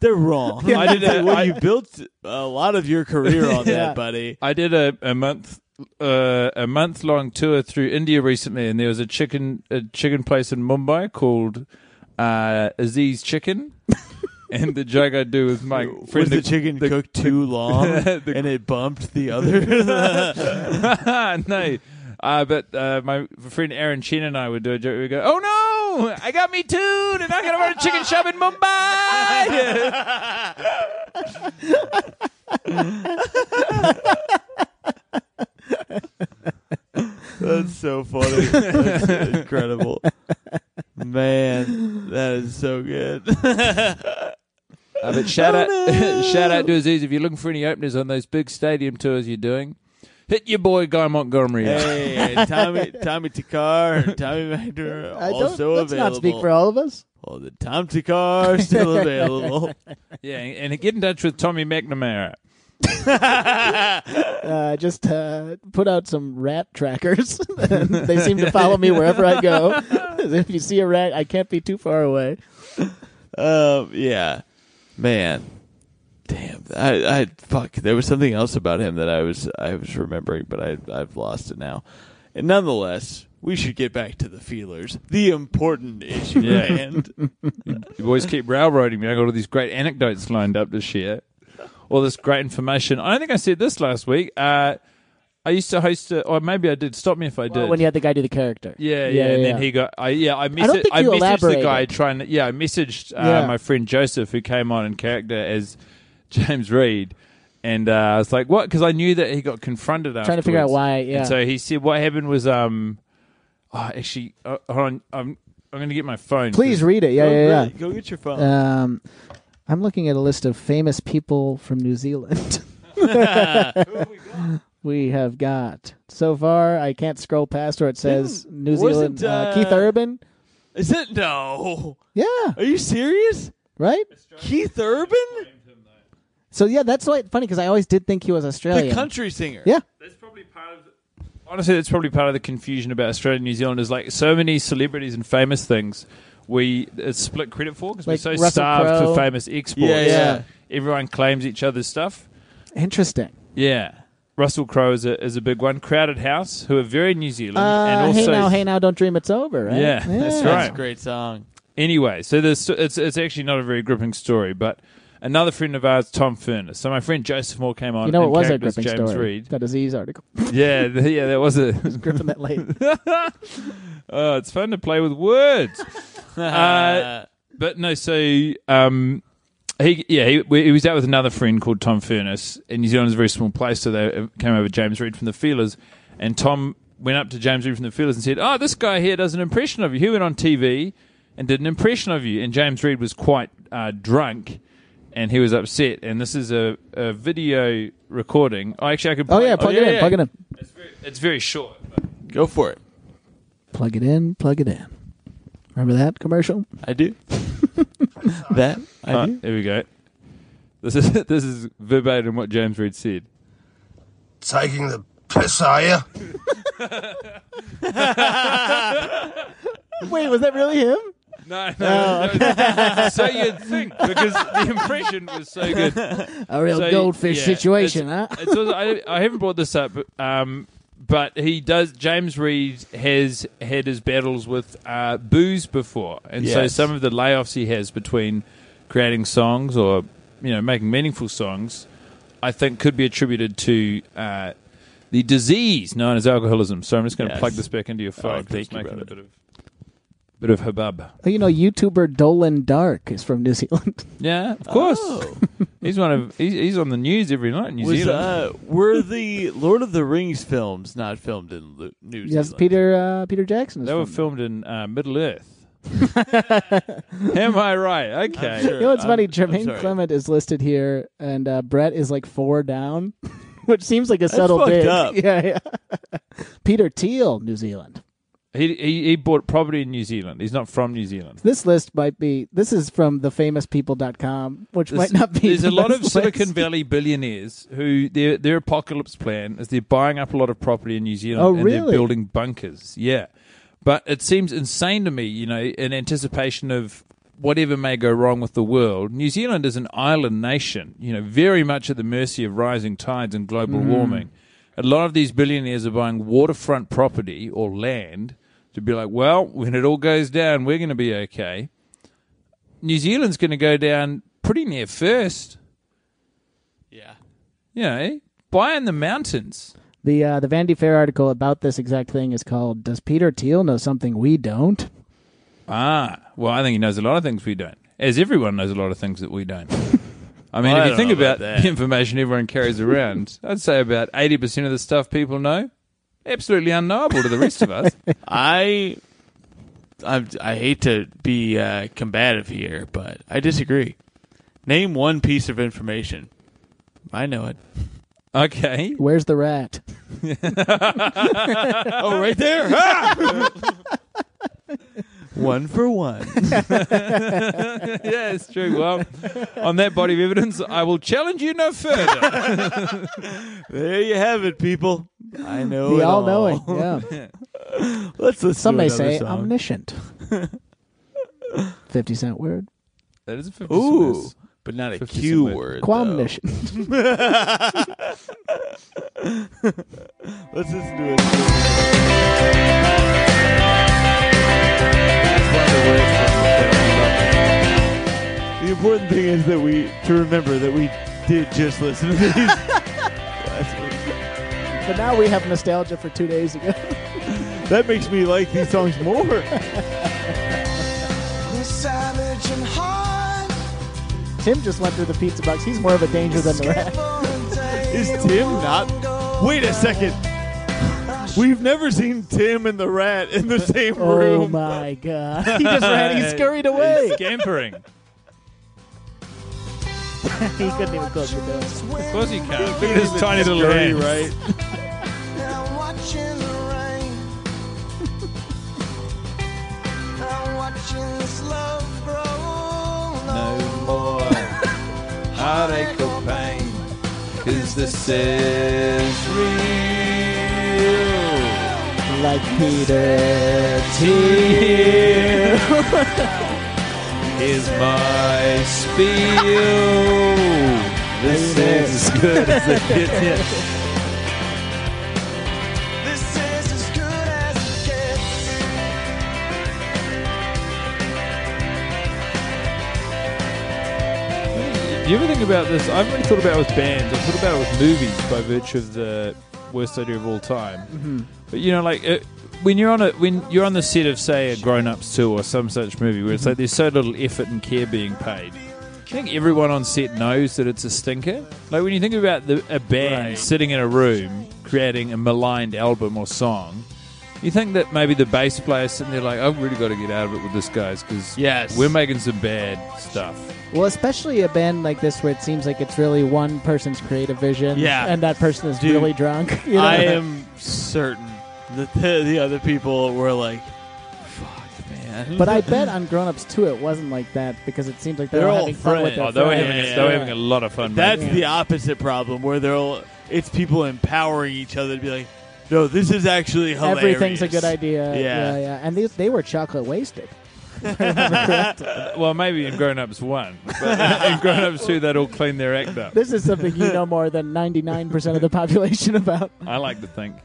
They're wrong.
Yeah.
I did.
I-
Well, you built a lot of your career on
Yeah.
that, buddy.
I did a, a month uh, a month long tour through India recently, and there was a chicken a chicken place in Mumbai called uh, Aziz Chicken, and the joke I do with my
Was
friend
the chicken cooked too long
the-
and it bumped the other?
no. Uh, but uh, my friend Aaron Chin and I would do a joke. We'd go, "Oh no, I got me too. They're not gonna run a chicken shop in Mumbai."
That's so funny. That's incredible. Man, that is so good.
Uh, but shout out, shout out to Aziz if you're looking for any openers on those big stadium tours you're doing. Hit your boy Guy Montgomery. up.
hey, and Tommy, Tommy Takar and Tommy Magner are
I don't.
also
let's
available.
not speak for all of us.
oh, the Tom Takar still available.
Yeah, and and get in touch with Tommy McNamara.
uh, just uh, put out some rat trackers. And they seem to follow me wherever I go. if you see a rat, I can't be too far away.
Um, yeah, man, damn. I, I, fuck. There was something else about him that I was, I was remembering, but I, I've lost it now. And nonetheless, we should get back to the feelers, the important issue
Yeah.
at hand.
You boys keep railroading me. I got all these great anecdotes lined up to share, all this great information. I don't think I said this last week. Uh, I used to host, a, or maybe I did. Stop me if I did.
When you had the guy do the character.
yeah, yeah, and then he got. I yeah, I, messa-
don't think
I
you
messaged the guy
elaborated.
trying. To, yeah, I messaged uh,
Yeah.
my friend Joseph who came on in character as James Reed, and uh, I was like, "What?" Because I knew that he got confronted.
Trying to figure out why, yeah.
And so he said, "What happened was um, oh, actually, uh, hold on, I'm I'm going to get my phone.
Please read it. Yeah,
Go
yeah,
get- Go get your phone.
yeah. Um, I'm looking at a list of famous people from New Zealand. we have got so far. I can't scroll past where it says New
wasn't,
Zealand. uh,
uh,
Keith Urban.
Is it no?
Yeah,
Are you serious?
right.
Keith Urban,
So yeah, that's why funny because I always did think he was Australian.
the country singer.
Yeah.
That's probably part of. Honestly, that's probably part of the confusion about Australia and New Zealand is like so many celebrities and famous things we it's split credit for because
Like
we're so
Russell
starved
Crowe.
for famous exports.
Yeah, yeah.
Everyone claims each other's stuff.
Interesting.
Yeah. Russell Crowe is a, is a big one. Crowded House, who are very New Zealand, and
Uh,
also
hey now, hey now, don't dream it's over. Right?
Yeah, that's right.
That's a great song.
Anyway, so this it's it's actually not a very gripping story, but another friend of ours, Tom Furness. So my friend Joseph Moore came on.
You know
and
what was a
character
gripping
James
story?
Reed.
That disease article.
Yeah, th- yeah, that was a.
Gripping that late.
oh, it's fun to play with words. Uh, but no, so um, he yeah he, we- he was out with another friend called Tom Furness, and New Zealand's a very small place, so they came over James Reed from the Feelers, and Tom went up to James Reed from the Feelers and said, "Oh, this guy here does an impression of you. He went on TV and did an impression of you." And James Reed was quite uh, drunk. And he was upset, and this is a, a video recording. Oh, actually, I could.
Oh
play-
yeah, plug it in,
yeah.
plug it in,
It's very, it's very short.
Go for it.
plug it in, plug it in. Remember that commercial?
I do. that I
Uh,
do.
here we go. This is this is verbatim what James Reed said.
Taking the piss, are you?
Wait, was that really him?
No, no, no, no. so you'd think because the impression was so good.
A real
So,
goldfish
yeah,
situation, huh?
it's- it's also- I, I haven't brought this up, um, but he does. James Reed has had his battles with uh, booze before, and so
Yes.
some of the layoffs he has between creating songs or you know making meaningful songs, I think could be attributed to. Uh, the disease known as alcoholism. So I'm just going to
Yes. Oh,
plug this back into your phone. 'cause
thank
it's
you,
making a
brother.
bit of, bit of hubbub.
Oh, you know, YouTuber Dolan Dark is from New Zealand.
Yeah, of course.
Oh.
He's one of he's, he's on the news every night in New
Was,
Zealand.
uh, were the Lord of the Rings films not filmed in Lu- New
yes,
Zealand?
Peter uh, Peter Jackson. Is
They were
from
filmed in uh, Middle Earth. Am I right? Okay.
Sure,
You know what's
I'm-
funny?
I'm
Jermaine
sorry.
Clement is listed here, and uh, Brett is like four down, which seems like a subtle
fucked
dig.
up.
Yeah, yeah. Peter Thiel, New Zealand.
He, he he bought property in New Zealand. He's not from New Zealand.
This list might be. This is from thefamouspeople.com, which
There's-
might not be.
There's
the
a lot of
best
Silicon
list.
Valley billionaires who their their apocalypse plan is they're buying up a lot of property in New Zealand
Oh,
and they're
really?
building bunkers. Yeah. But it seems insane to me, you know, in anticipation of whatever may go wrong with the world. New Zealand is an island nation, you know, very much at the mercy of rising tides and global
Mm.
warming. A lot of these billionaires are buying waterfront property or land to be like, well, when it all goes down, we're going to be okay. New Zealand's going to go down pretty near first.
Yeah.
You know, eh? buy in the mountains.
The uh, the Vanity Fair article about this exact thing is called "Does Peter Thiel know something we don't?"
Ah, well, I think he knows a lot of things we don't, as everyone knows a lot of things that we don't. I mean,
I
if you
don't
think
know about
about,
that.
the information everyone carries around, I'd say about 80% of the stuff people know, absolutely unknowable to the rest of us.
I, I, I hate to be uh, combative here, but I disagree. Name one piece of information. I know it.
Okay.
Where's the rat?
Oh, right there. Ah! one for one.
yeah, it's true. Well, on that body of evidence, I will challenge you no further.
There you have it, people. I know
The
it all.
all knowing. Yeah.
Let's listen
Some
to
may
another
say
song.
omniscient. Fifty cent word.
that is a 50
Ooh, but not a
50
Q
cent
word. though.
Quamnition.
Let's listen to it. That's one of the words from the film. The important thing is that we to remember that we did just listen to these. That's-
But now we have nostalgia for two days ago.
that makes me like these songs more.
We're savage and hard.
Tim just went through the pizza box. He's more of a danger than the rat.
Is Tim not? Wait a second. We've never seen Tim and the Rat in the same room.
Oh my god. He just ran. He scurried away.
Scampering.
He couldn't even close the door.
Of course you can. Look at his tiny little
Great,
hand.
right?
I'm watching the rain. I'm watching this love grow.
no more heartache or pain. Cause this is real.
Like Peter.
Tear is my spiel. This is as good as it gets.
This is as good as it gets.
Do you ever think about this? I've really thought about it with bands. I've thought about it with movies by virtue of the worst idea of all time.
Mm-hmm.
But you know, like it, when you're on a when you're on the set of say a Grown Ups two or some such movie where it's
Mm-hmm.
like there's so little effort and care being paid. I think everyone on set knows that it's a stinker. Like when you think about the, a band
Right.
sitting in a room creating a maligned album or song, you think that maybe the bass player sitting there like, I've really got to get out of it with this guys because
Yes.
we're making some bad stuff.
Well, especially a band like this where it seems like it's really one person's creative vision.
Yeah.
And that person is
Dude,
really drunk. You know?
I am certain that the, the other people were like, "Fuck, man."
But I bet on Grown Ups too, it wasn't like that because it seems like they're,
They're all
having fun with
friends.
their
Oh, they were
friends.
having,
Yeah.
they were having a lot of fun.
that's
making it.
the opposite problem where they're all, it's people empowering each other to be like, "No, this is actually hilarious."
Everything's a good idea.
Yeah.
yeah. yeah. And these, they were chocolate wasted.
Well, maybe in Grown Ups 1. But in Grown Ups 2, they'd all clean their act up.
This is something you know more than 99% of the population about.
I like to think.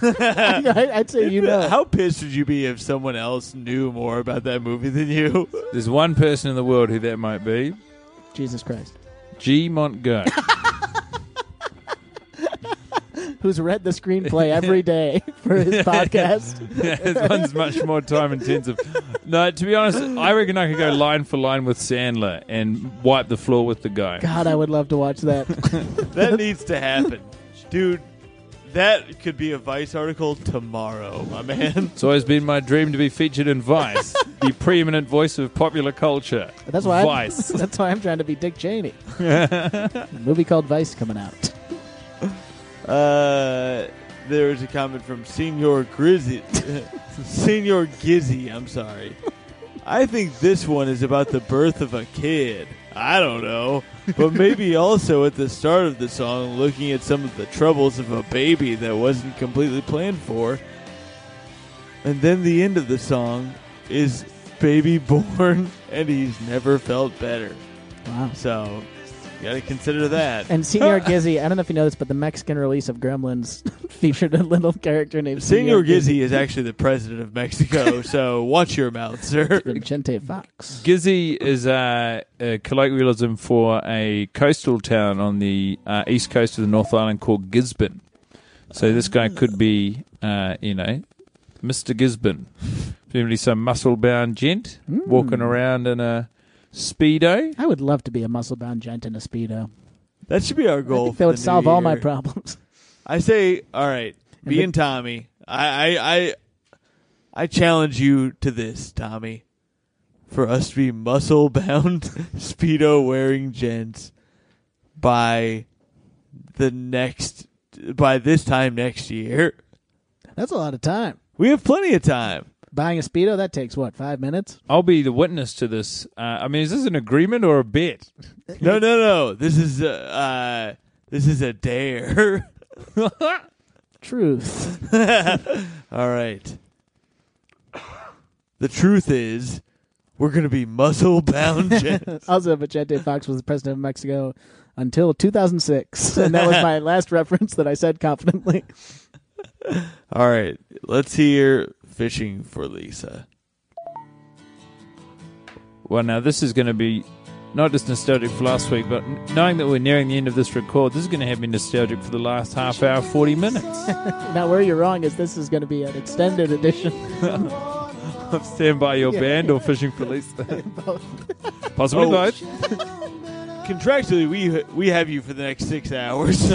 I, I'd say you know.
How pissed would you be if someone else knew more about that movie than you?
There's one person in the world who that might be
Jesus Christ.
G. Montgomery.
Who's read the screenplay every day for his podcast.
this one's much more time intensive. No, to be honest, I reckon I could go line for line with Sandler and wipe the floor with the guy.
God, I would love to watch that.
That needs to happen, dude. That could be a Vice article tomorrow, my man.
It's always been my dream to be featured in Vice, the preeminent voice of popular culture.
That's why.
Vice.
I'm, that's why I'm trying to be Dick Cheney. movie called Vice coming out.
Uh, there was a comment from Senior Grizzy, Senior Gizzy. I'm sorry. I think this one is about the birth of a kid. I don't know, but maybe also at the start of the song, looking at some of the troubles of a baby that wasn't completely planned for, and then the end of the song is baby born and he's never felt better.
Wow.
So, you gotta consider that.
And Senior Gizzy, I don't know if you know this, but the Mexican release of Gremlins featured a little character named
Senor
Senor
Gizzy is actually the president of Mexico, so watch your mouth, sir.
Vicente Fox.
Gizzy is a, a colloquialism for a coastal town on the uh, east coast of the North Island called Gisborne. So this guy could be, uh, you know, Mr. Gisborne. Presumably some muscle bound gent walking around in a Speedo.
I would love to be a muscle bound gent in a speedo.
That should be our
I
goal.
think that
for
would
the
solve
new
all my
year.
problems.
I say, all right, be
the-
and Tommy. I, I, I, I challenge you to this, Tommy, for us to be muscle bound speedo wearing gents by the next by this time next year.
That's a lot of time.
We have plenty of time.
Buying a speedo that takes what five minutes?
I'll be the witness to this. Uh, I mean, is this an agreement or a bet?
No, no, no. This is uh, uh this is a dare.
Truth.
All right. The truth is, we're going to be muscle bound. gen-
also, Vicente Fox was the president of Mexico until 2006, and that was my last reference that I said confidently.
All right. Let's hear Fishing for Lisa.
Well, now this is going to be not just nostalgic for last week, but n- knowing that we're nearing the end of this record, this is going to have me nostalgic for the last half hour, 40 minutes.
Now, where you're wrong is this is going to be an extended edition.
of Stand By Your Band or Fishing for Lisa. Possibly
Oh.
both.
Contractually, we we have you for the next six hours.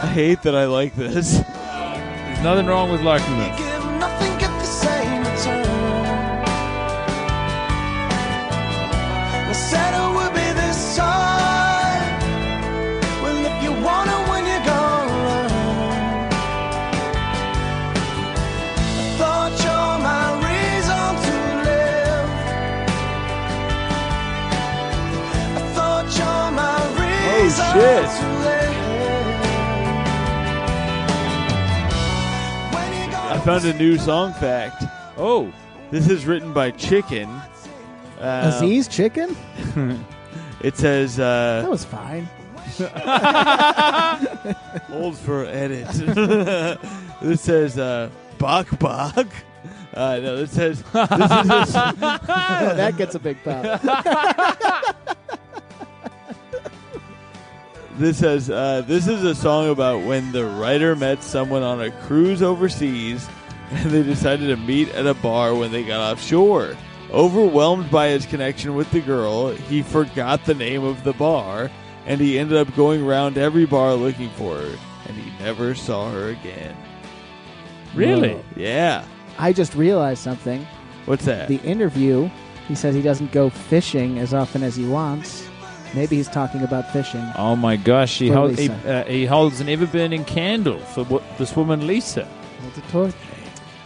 I hate that I like this.
There's nothing wrong with liking this.
I found a new song fact.
Oh,
This is written by Chicken. Um,
Aziz chicken?
It says
That
uh,
was fine.
old for edit. this says uh, Bach Bach. Uh, no, this says this is a s-
Oh, that gets a big pop.
This says, uh, this is a song about when the writer met someone on a cruise overseas and they decided to meet at a bar when they got offshore. Overwhelmed by his connection with the girl, he forgot the name of the bar and he ended up going around every bar looking for her and he never saw her again.
really?
Yeah.
I just realized something.
What's that?
The interview, he says he doesn't go fishing as often as he wants. Maybe he's talking about fishing.
Oh my gosh, he,
For
hold, he,
Lisa.
uh, he holds an ever burning candle for w- this woman, Lisa.
It's a torch.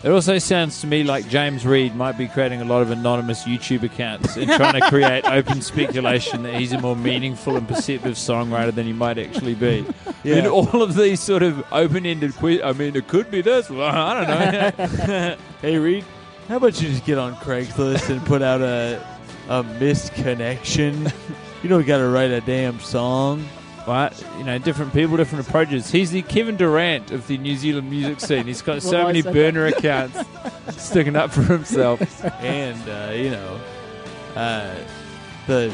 It also sounds to me like James Reed might be creating a lot of anonymous YouTube accounts and trying to create open speculation that he's a more meaningful and perceptive songwriter than he might actually be.
Yeah.
And all of these sort of open-ended que- I mean, it could be this. Well, I don't know.
hey, Reed, how about you just get on Craigslist and put out a, a missed connection? You don't got to write a damn song.
But you know, different people, different approaches. He's the Kevin Durant of the New Zealand music scene. He's got so
Well, I
many
said
burner accounts sticking up for himself.
and uh, you know, uh, the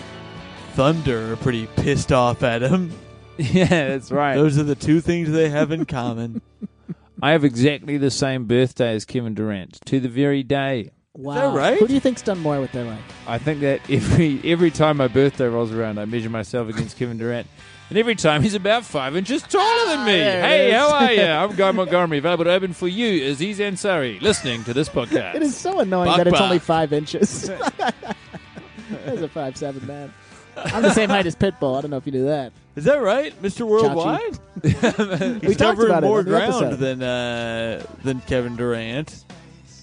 Thunder are pretty pissed off at him.
yeah, that's right.
Those are the two things they have in common.
I have exactly the same birthday as Kevin Durant to the very day.
Wow.
that right?
Who do you think's done more with their life?
I think that every every time my birthday rolls around, I measure myself against Kevin Durant. And every time he's about five inches taller than me.
There it
Hey,
is.
how are you? I'm Guy Montgomery, available to open for you, Aziz Ansari, listening to this podcast.
It is so annoying
Buck
that it's
Buck.
only five inches. That's a five seven man. I'm the same height as Pitbull. I don't know if you knew that.
Is that right, Mr. Worldwide? He's
We talked
covering
about it
more
on the
ground
episode.
than uh, than Kevin Durant.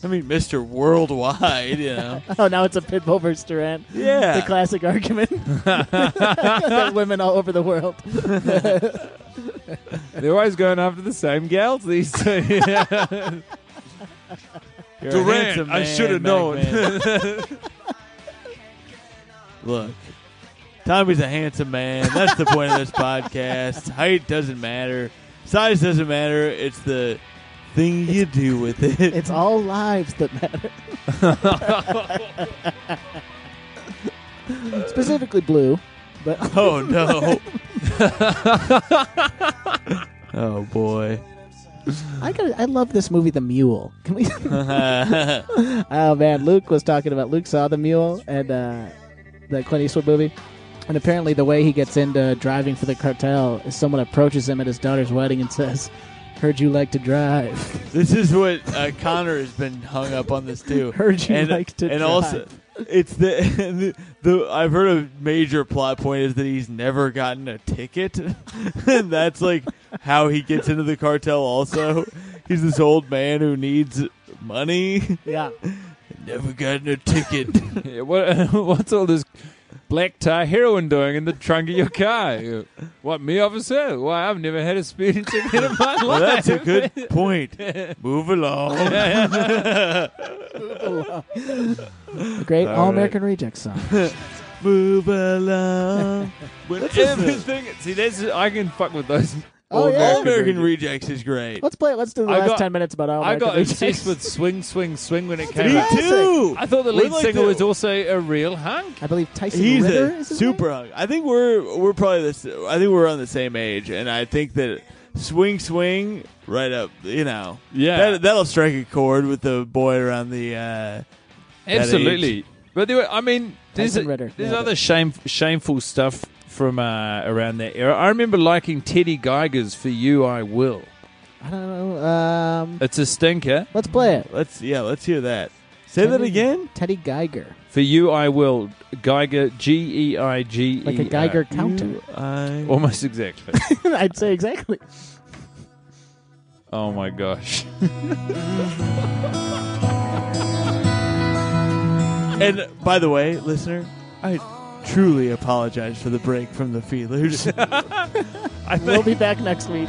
I mean, Mr. Worldwide, you know.
Oh, now it's a Pitbull versus Durant.
Yeah.
The classic argument. That women all over the world.
They're always going after the same gals these two.
You're a
Durant,
handsome
I
man,
shoulda
Mac
known.
Man. Look, Tommy's a handsome man. That's the point of this podcast. Height doesn't matter. Size doesn't matter. It's the thing you do with it.
It's all lives that matter. Specifically blue, but
Oh no. oh boy.
I got I love this movie, The Mule. Can we? oh man, Luke was talking about Luke saw The Mule and uh, the Clint Eastwood movie, and apparently the way he gets into driving for the cartel is someone approaches him at his daughter's wedding and says, "Heard you like to drive."
This is what uh, Connor has been hung up on this too.
Heard you
and,
like to
and
drive.
also it's the, the the I've heard a major plot point is that he's never gotten a ticket, and that's like how he gets into the cartel. Also, he's this old man who needs money.
Yeah,
Never gotten a ticket.
Yeah, what, what's all this black tar heroin doing in the trunk of your car? What, me, officer? Why, I've never had a speeding ticket in my life.
Well, that's a good point. Move along.
the great All American Rejects song.
Move along. But
Everything. See, that's I can fuck with those.
Oh,
All
yeah?
All American Rejects is great.
Let's play. it. Let's do the
I
last
got-
ten minutes about All
I
American
got
Rejects.
obsessed with swing, swing, swing when it
Me
came out.
too.
I thought the
We're
lead
like
singer
the-
was also a real hunk.
I believe Tyson
He's
Ritter
a
is his
super hunk. I think we're we're probably this. I think we're on the same age, and I think that swing, swing, right up. You know,
Yeah.
that, that'll strike a chord with the boy around the. Uh,
Absolutely. But there were, I mean, there's,
Tyson Ritter.
there's
Yeah.
other shame, shameful stuff from uh, around that era. I remember liking Teddy Geiger's "For You I Will."
name? I don't know. Um,
It's a stinker.
let's play it.
let's yeah, let's hear that. Say that
Teddy-
again.
Teddy Geiger,
"For You I Will." Geiger, G E I G E.
like a
uh,
Geiger counter.
I-
Almost exactly.
I'd say exactly.
oh my gosh.
and by the way, listener, I truly apologize for the break from the feelers. yeah,
We'll be back next week.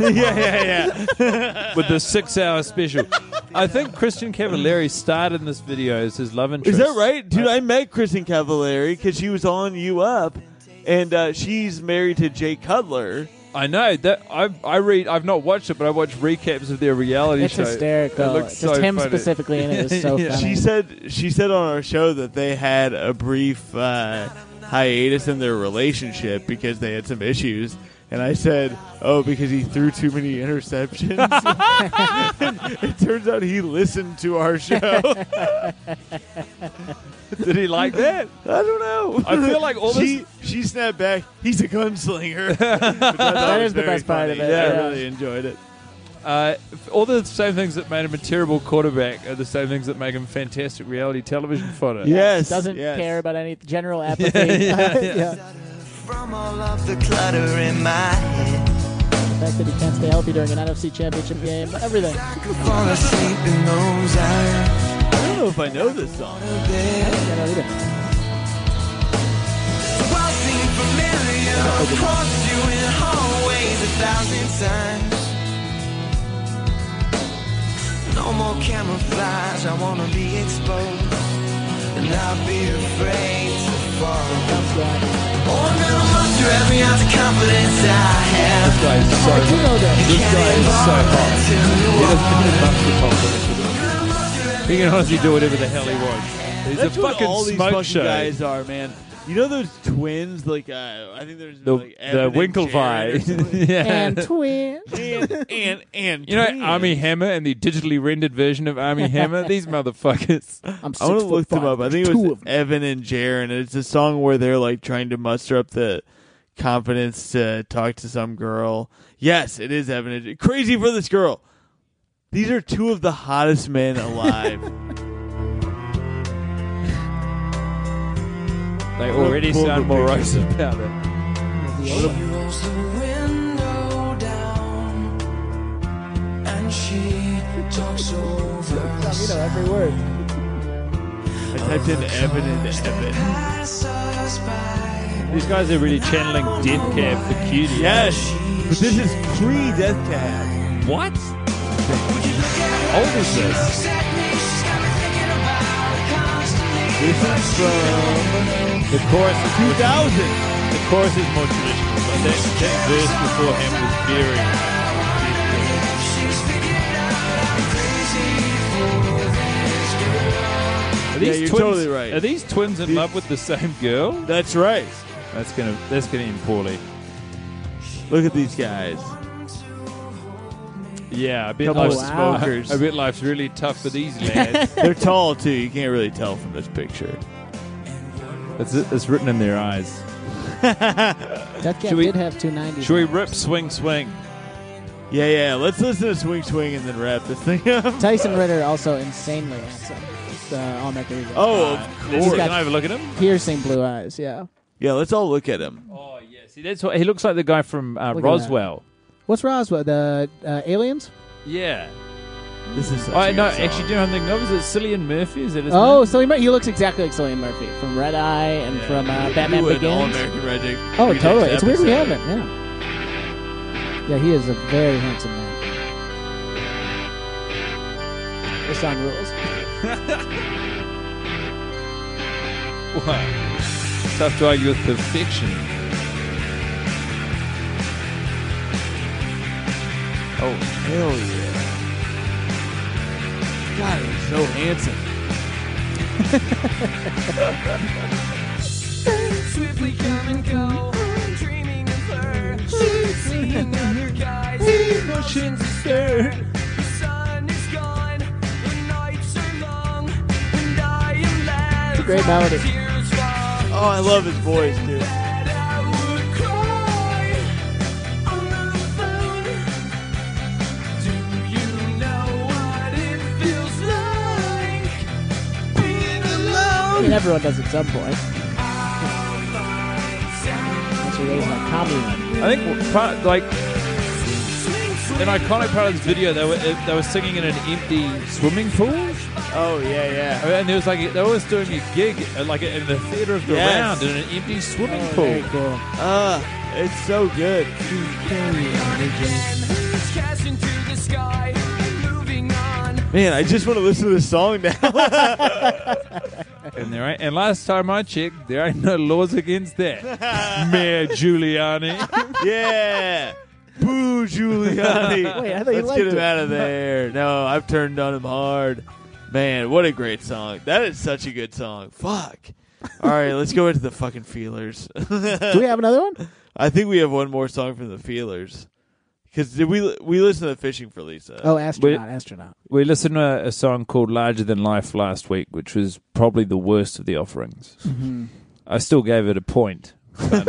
yeah, yeah.
With the six-hour special. I think Christian Cavallari starred in this video as his love interest.
Is that right, dude? I met Kristen Cavallari because she was on You Up, and uh, she's married to Jay Cutler.
I know that I I read I've not watched it, but I watched recaps of their reality
It's
show.
hysterical.
It looks
Just
so
him
funny.
specifically in it is so
Yeah.
funny.
She said she said on our show that they had a brief uh, hiatus in their relationship because they had some issues. And I said, "Oh, because he threw too many interceptions." And it turns out he listened to our show.
Did he like that?
I don't know.
I feel like all
she she snapped back. He's a gunslinger. Which I thought
That
was
is the
very
best part of
funny.
it,
Yeah,
yeah.
I really enjoyed it.
Uh, all the same things that made him a terrible quarterback are the same things that make him fantastic reality television fodder.
Yes,
Doesn't
yes.
care about any general apathy. yeah,
From all of the clutter in my head,
The fact that he can't stay healthy during an NFC championship game. Everything.
I could fall asleep in those hours
I don't know if I know this song.
of bed.
Yeah, no, he didn't.
What seemed familiar crossed you in hallways a thousand times. No more camouflage, I wanna be exposed. And I'll be afraid to fall.
That's why.
Oh, I'm gonna muster every ounce of confidence I have.
This guy is so
I do know that.
this guy is so hot. He doesn't give a fuck for confidence. He can honestly do whatever the hell he wants. He's
That's
a
what
fucking
all these
smoke
fucking
show.
guys are, man. You know those twins? Like uh, I think there's
The
like
the
Evan and Jared or something?
Winklevie. yeah.
and twin.
and and and
you know
twins.
Army Hammer and the digitally rendered version of Army Hammer. These motherfuckers.
I'm
I want
six
to
foot
look them
five.
up. I think
There's
it
two
was
of them.
Evan and Jaron. and It's a song where they're like trying to muster up the confidence to talk to some girl. Yes, it is Evan and J- Crazy for this girl. These are two of the hottest men alive.
They already
Pull the
sound
picture.
morose about it.
She rolls the window down and she talks over
You know every word.
I typed in Evan and Evan.
us by.
These guys are really channeling Death Cab for cutie.
Yes, but this is pre Death Cab.
What? How old is this?
This is from
The chorus. Is
2000.
the chorus is more traditional, but that, that verse before him was very. Are
Yeah, you're
twins,
totally right.
Are these twins in
These-
love with the same girl?
That's right.
That's gonna that's gonna end poorly.
Look at these guys.
Yeah, I bet
Couple of
life's-
Wow.
smokers.
I bet life's really tough for these lads.
They're tall too. You can't really tell from this picture.
it's, it's written in their eyes.
Death Cab
Should we-
did have two ninety.
Should we rip swing swing?
Yeah, yeah. Let's listen to Swing Swing and then wrap this thing up.
Tyson Ritter also insanely handsome. It's, Uh, on that reason.
Oh, of
This-
course.
Can
got-
I have a look at him?
piercing blue eyes. Yeah.
Yeah, let's all look at him.
Oh yeah, see that's what he looks like. The guy from uh,
Look at
Roswell.
What's Roswell? The uh, aliens?
Yeah.
This is. Such
I
a
no,
good song.
actually, do you know something? Is it Cillian Murphy? Is it his
Oh,
name?
Cillian Murphy. He looks exactly like Cillian Murphy from Red Eye and from uh, Batman
You and All
Begins.
American Reject.
Oh,
Rejects
totally. It's weird we
episode.
haven't. Yeah. Yeah, he is a very handsome man. This song rules.
Wow. Tough to argue with perfection.
Oh hell yeah! God, he's so handsome.
Swiftly come and go. I'm dreaming of her. She's seeing other guys. Emotions astir. The sun is gone. When nights are long. And I am left.
Great melody.
with Tears while
Oh, I love his voice, dude.
that I would cry on the phone. Do you know what it feels like being
I
alone?
mean, everyone does at some point. That's where there's a comedy.
I think part, like an iconic part of this video, they were uh, they were singing in an empty swimming pool.
Oh yeah, yeah.
Oh, And there was like they was doing a gig uh, like in the theater of the
Yes.
round in an empty swimming
Oh, very
pool.
cool.
Uh, it's so good.
Casting through the sky, moving on.
Man, I just want to listen to this song now.
And there ain't, and last time I checked, there ain't no laws against that. Mayor Giuliani.
yeah. Boo, Giuliani.
Wait, I thought you
Let's
liked
get him
it.
out of there. No, I've turned on him hard. Man, what a great song. That is such a good song. Fuck. All right, let's go into the fucking feelers.
Do we have another one?
I think we have one more song from the feelers. Because did we we listened to Fishing for Lisa?
Oh, astronaut, astronaut.
we listened to a song called "Larger Than Life" last week, which was probably the worst of the offerings.
Mm-hmm.
I still gave it a point, but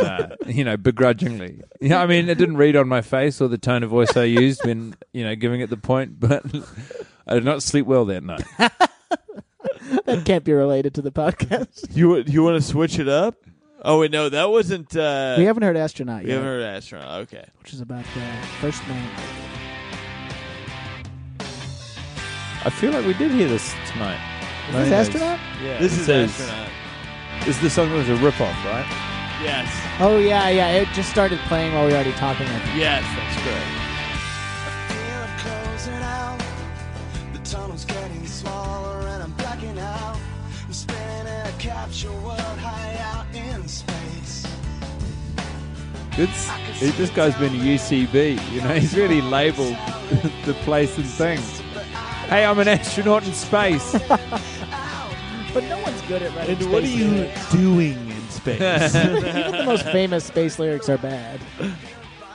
uh, you know, begrudgingly. Yeah, I mean, it didn't read on my face or the tone of voice I used when you know giving it the point, but I did not sleep well that night.
That can't be related to the podcast.
You you want to switch it up? Oh wait, no, that wasn't. Uh,
we haven't heard astronaut
we
yet,
haven't heard astronaut. Okay,
which is about the first man.
I feel like we did hear this tonight.
Is this astronaut?
Yeah,
this is
This
astronaut.
is the song that was a rip-off, right?
Yes,
Oh yeah, yeah. It just started playing while we were already talking. I think.
yes, that's correct.
Feel it closing out. The tunnel's getting smaller and I'm blacking out. I'm spinning a capture world high out in space.
It's, it- this guy's been a UCB, you know. He's really labelled the place and things. Hey, I'm an astronaut in space.
But no one's good at writing.
And what are
space
you
lyrics.
doing in space.
Even the most famous space lyrics are bad.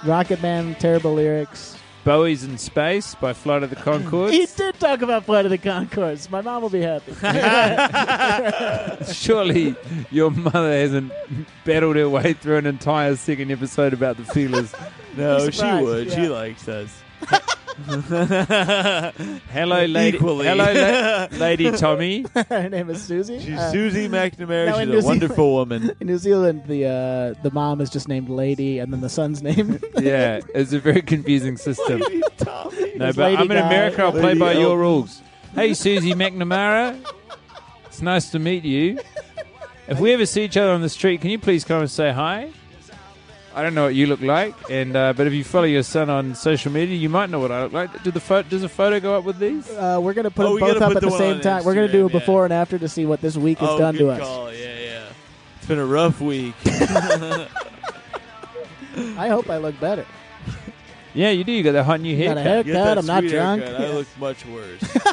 Rocket Man, terrible lyrics.
Bowie's in Space by Flight of the
He
Concords.
did talk about Flight of the Concords. My mom will be happy.
Surely your mother hasn't battled her way through an entire second episode about the feelers.
no,
Be
she
surprised,
would. She
yeah.
likes us.
Hello, lady.
Equally.
Hello, la- lady Tommy.
Her name is Susie.
She's
Uh,
Susie McNamara.
now in New
She's a wonderful woman.
in New Zealand, the uh, the mom is just named Lady, and then the son's name.
Yeah, it's a very confusing system. No,
There's
but
Lady
I'm in
Di.
America. I'll play
Lady
by your
Elton.
rules. Hey, Susie McNamara. It's nice to meet you. If we ever see each other on the street, can you please come and say hi? I don't know what you look like, and uh, but if you follow your son on social media, you might know what I look like. Do the pho- does a photo go up with these?
Uh, we're gonna put
Oh, we
them both
gotta
up
put
at
the
the,
one
same
on
time. We're gonna do a
Instagram, yeah.
before and after to see what this week has
oh,
done to
good
us.
call. Yeah, yeah. It's been a rough week.
I hope I look better.
Yeah, you do. You got that hot new
Got a
haircut.
Get
haircut.
that
I'm not
sweet
drunk.
haircut. I look much worse.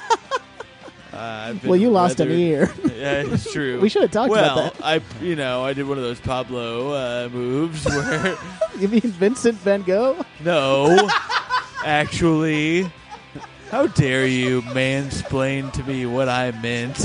Uh, I've been
well, you lost an
weathered.
ear.
Yeah, it's true.
we should have talked
well,
about
I, you know, I did one of those Pablo uh, moves where,
that. You mean Vincent Van Gogh?
no, actually, how dare you mansplain to me what I meant?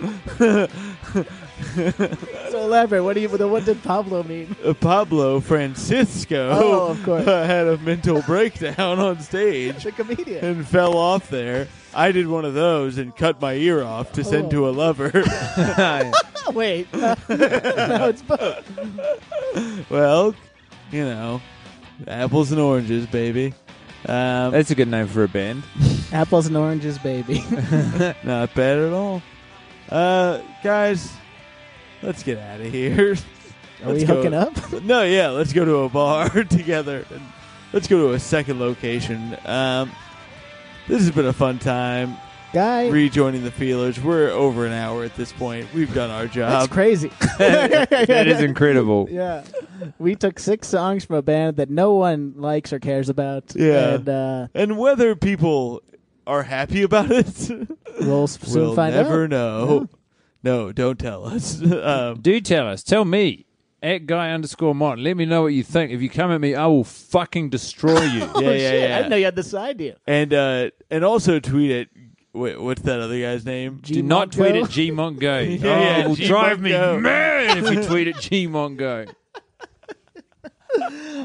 So elaborate. What do you? What did Pablo mean?
Uh, Pablo Francisco
Oh, of course.
uh, had a mental breakdown on
It's
stage
a comedian.
and fell off there. I did one of those and cut my ear off to send
Oh.
to a lover.
Wait, uh, no, it's both.
Well, you know, apples and oranges, baby. Um,
That's a good name for a band.
Apples and oranges, baby.
not bad at all. Uh, guys, let's get out of here.
Are
Let's
we
go.
hooking up?
No, yeah, let's go to a bar together. And let's go to a second location. Um, this has been a fun time.
Guy,
Rejoining the feelers. We're over an hour at this point. We've done our
that's
job.
crazy.
That is incredible.
Yeah. We took six songs from a band that no one likes or cares about.
Yeah.
And uh,
And whether people are happy about it,
we'll s- soon
we'll
find
never
out. Oh,
know. No, don't tell us. um,
Do tell us. Tell me at guy underscore mont. Let me know what you think. If you come at me, I will fucking destroy you.
yeah,
oh,
yeah,
shit.
yeah.
I didn't know you had this idea.
and uh, and also tweet at wait, what's that other guy's name?
G-
Do not
Mongo.
tweet at G Mongo.
Yeah, yeah,
oh, it will
G
drive me
Mongo.
mad if you tweet at G Mongo.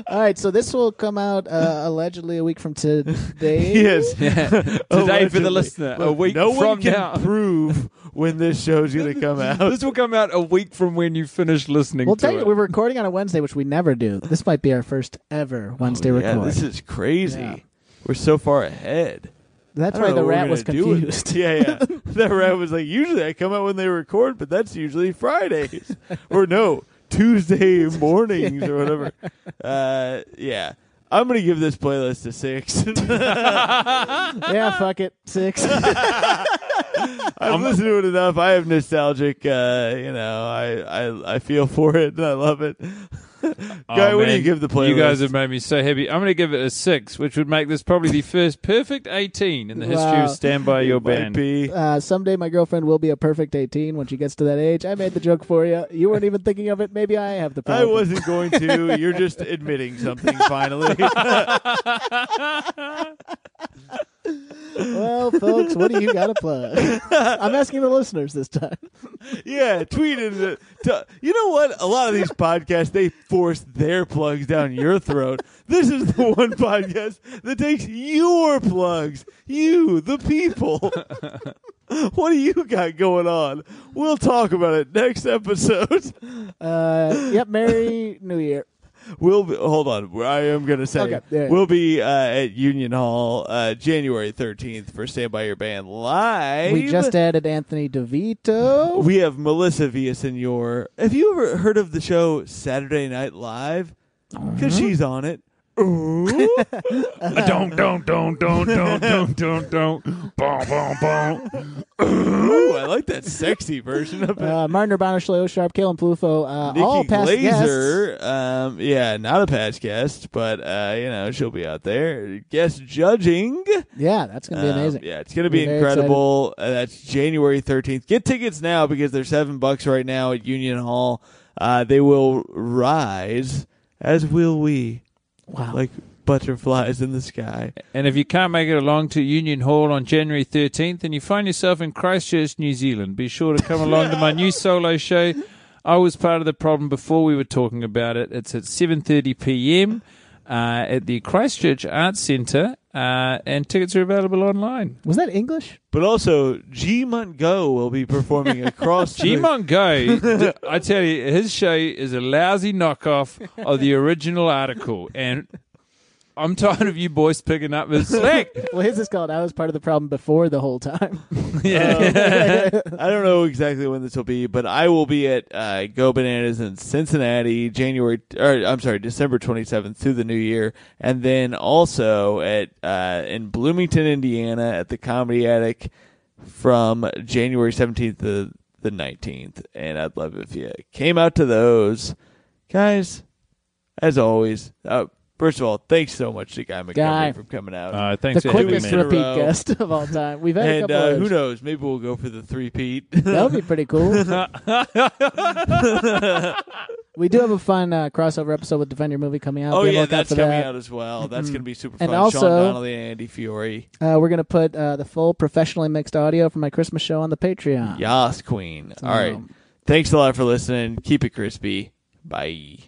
All right. So this will come out uh, allegedly a week from today.
yes,
Today for the
Allegedly.
listener, a
Look,
week
no
from
one can
now.
prove when this show's gonna come out.
This will come out a week from when you finish listening
Well,
to
tell
it.
you, we're recording on a Wednesday, which we never do. This might be our first ever Wednesday
Oh, yeah,
record.
this is crazy.
Yeah.
We're so far ahead.
That's
I don't
why
know
the
what we're
rat was
gonna do with it.
confused.
Yeah, yeah. the rat was like, usually I come out when they record, but that's usually Fridays or no Tuesday mornings or whatever. Uh, yeah, I'm gonna give this playlist a six.
yeah, fuck it. Six.
I've listened to it enough. I have nostalgic. Uh, you know, I, I I feel for it and I love it.
Oh,
Guy, what do
man.
you give the playlist?
You guys have made me so happy. I'm going to give it a six, which would make this probably the first perfect 18 in the history
Wow.
of Stand By Your
It might
Band.
be.
Uh, someday my girlfriend will be a perfect 18 when she gets to that age. I made the joke for you. You weren't even thinking of it. Maybe I have the
I
problem.
wasn't going to. You're just admitting something finally.
Well, folks, what do you got to plug? I'm asking the listeners this time.
yeah, tweeted it. To, you know what? A lot of these podcasts they force their plugs down your throat. This is the one podcast that takes your plugs. You, the people. what do you got going on? We'll talk about it next episode.
Uh, yep, Merry New Year.
We'll be, hold on. I am going to say
Okay, yeah.
we'll be uh, at Union Hall uh, January thirteenth for Stand By Your Band live.
We just added Anthony DeVito.
We have Melissa Villasenor. Have you ever heard of the show Saturday Night Live?
Uh-huh.
Because she's on it. Ooh.
Don't, don't, don't, don't, don't, don't, don't, don't. Boom, boom, boom.
Ooh, I like like that sexy version of it.
Uh, Martin Urbano, Shaleo Sharp, Kalen Palufo, uh,
Nikki
all past guests.
Glaser, um, yeah, not a patch guest, but uh, you know she'll be out there guest judging.
Yeah, that's gonna be
Um,
amazing.
yeah, it's gonna be,
Be very
incredible. Uh, that's January thirteenth. Get tickets now because they're seven bucks right now at Union Hall. Uh, they will rise, as will we,
Wow.
like butterflies in the sky.
And if you can't make it along to Union Hall on January 13th and you find yourself in Christchurch, New Zealand, be sure to come along to my new solo show. I was part of the problem before we were talking about it. It's at 7:30 p.m. Uh, at the Christchurch Arts Centre, uh, and tickets are available online.
Was that English?
But also, G Go will be performing across the-
Gmont Go, I tell you, his show is a lousy knockoff of the original article, and I'm tired of you boys picking up his slack.
Well, his is called "I was part of the problem before the whole time."
I don't know exactly when this will be, but I will be at uh, Go Bananas in Cincinnati, January, or I'm sorry, December 27th through the new year, and then also at uh, in Bloomington, Indiana, at the Comedy Attic from January 17th to the 19th. And I'd love if you came out to those, guys. As always, uh, first of all, thanks so much to Guy McCovery
Guy.
for coming out.
Uh, thanks,
the
for having
quickest
me.
in a
repeat
row.
guest of all time. We've had a
and
couple.
uh,
of
who
those.
knows? Maybe we'll go for the three Pete.
That would be pretty cool. we do have a fun uh, crossover episode with Defend Your Movie coming out.
Oh
Be on the
yeah,
lookout
that's
for
coming
that. Mm-hmm.
out as well. That's going to be super fun.
And also-
Sean Donnelly and Andy Fiore.
Uh, we're going to put uh, the full professionally mixed audio from my Christmas show on the Patreon.
Yas Queen. All right.
Um,
Thanks a lot for listening. Keep it crispy. Bye.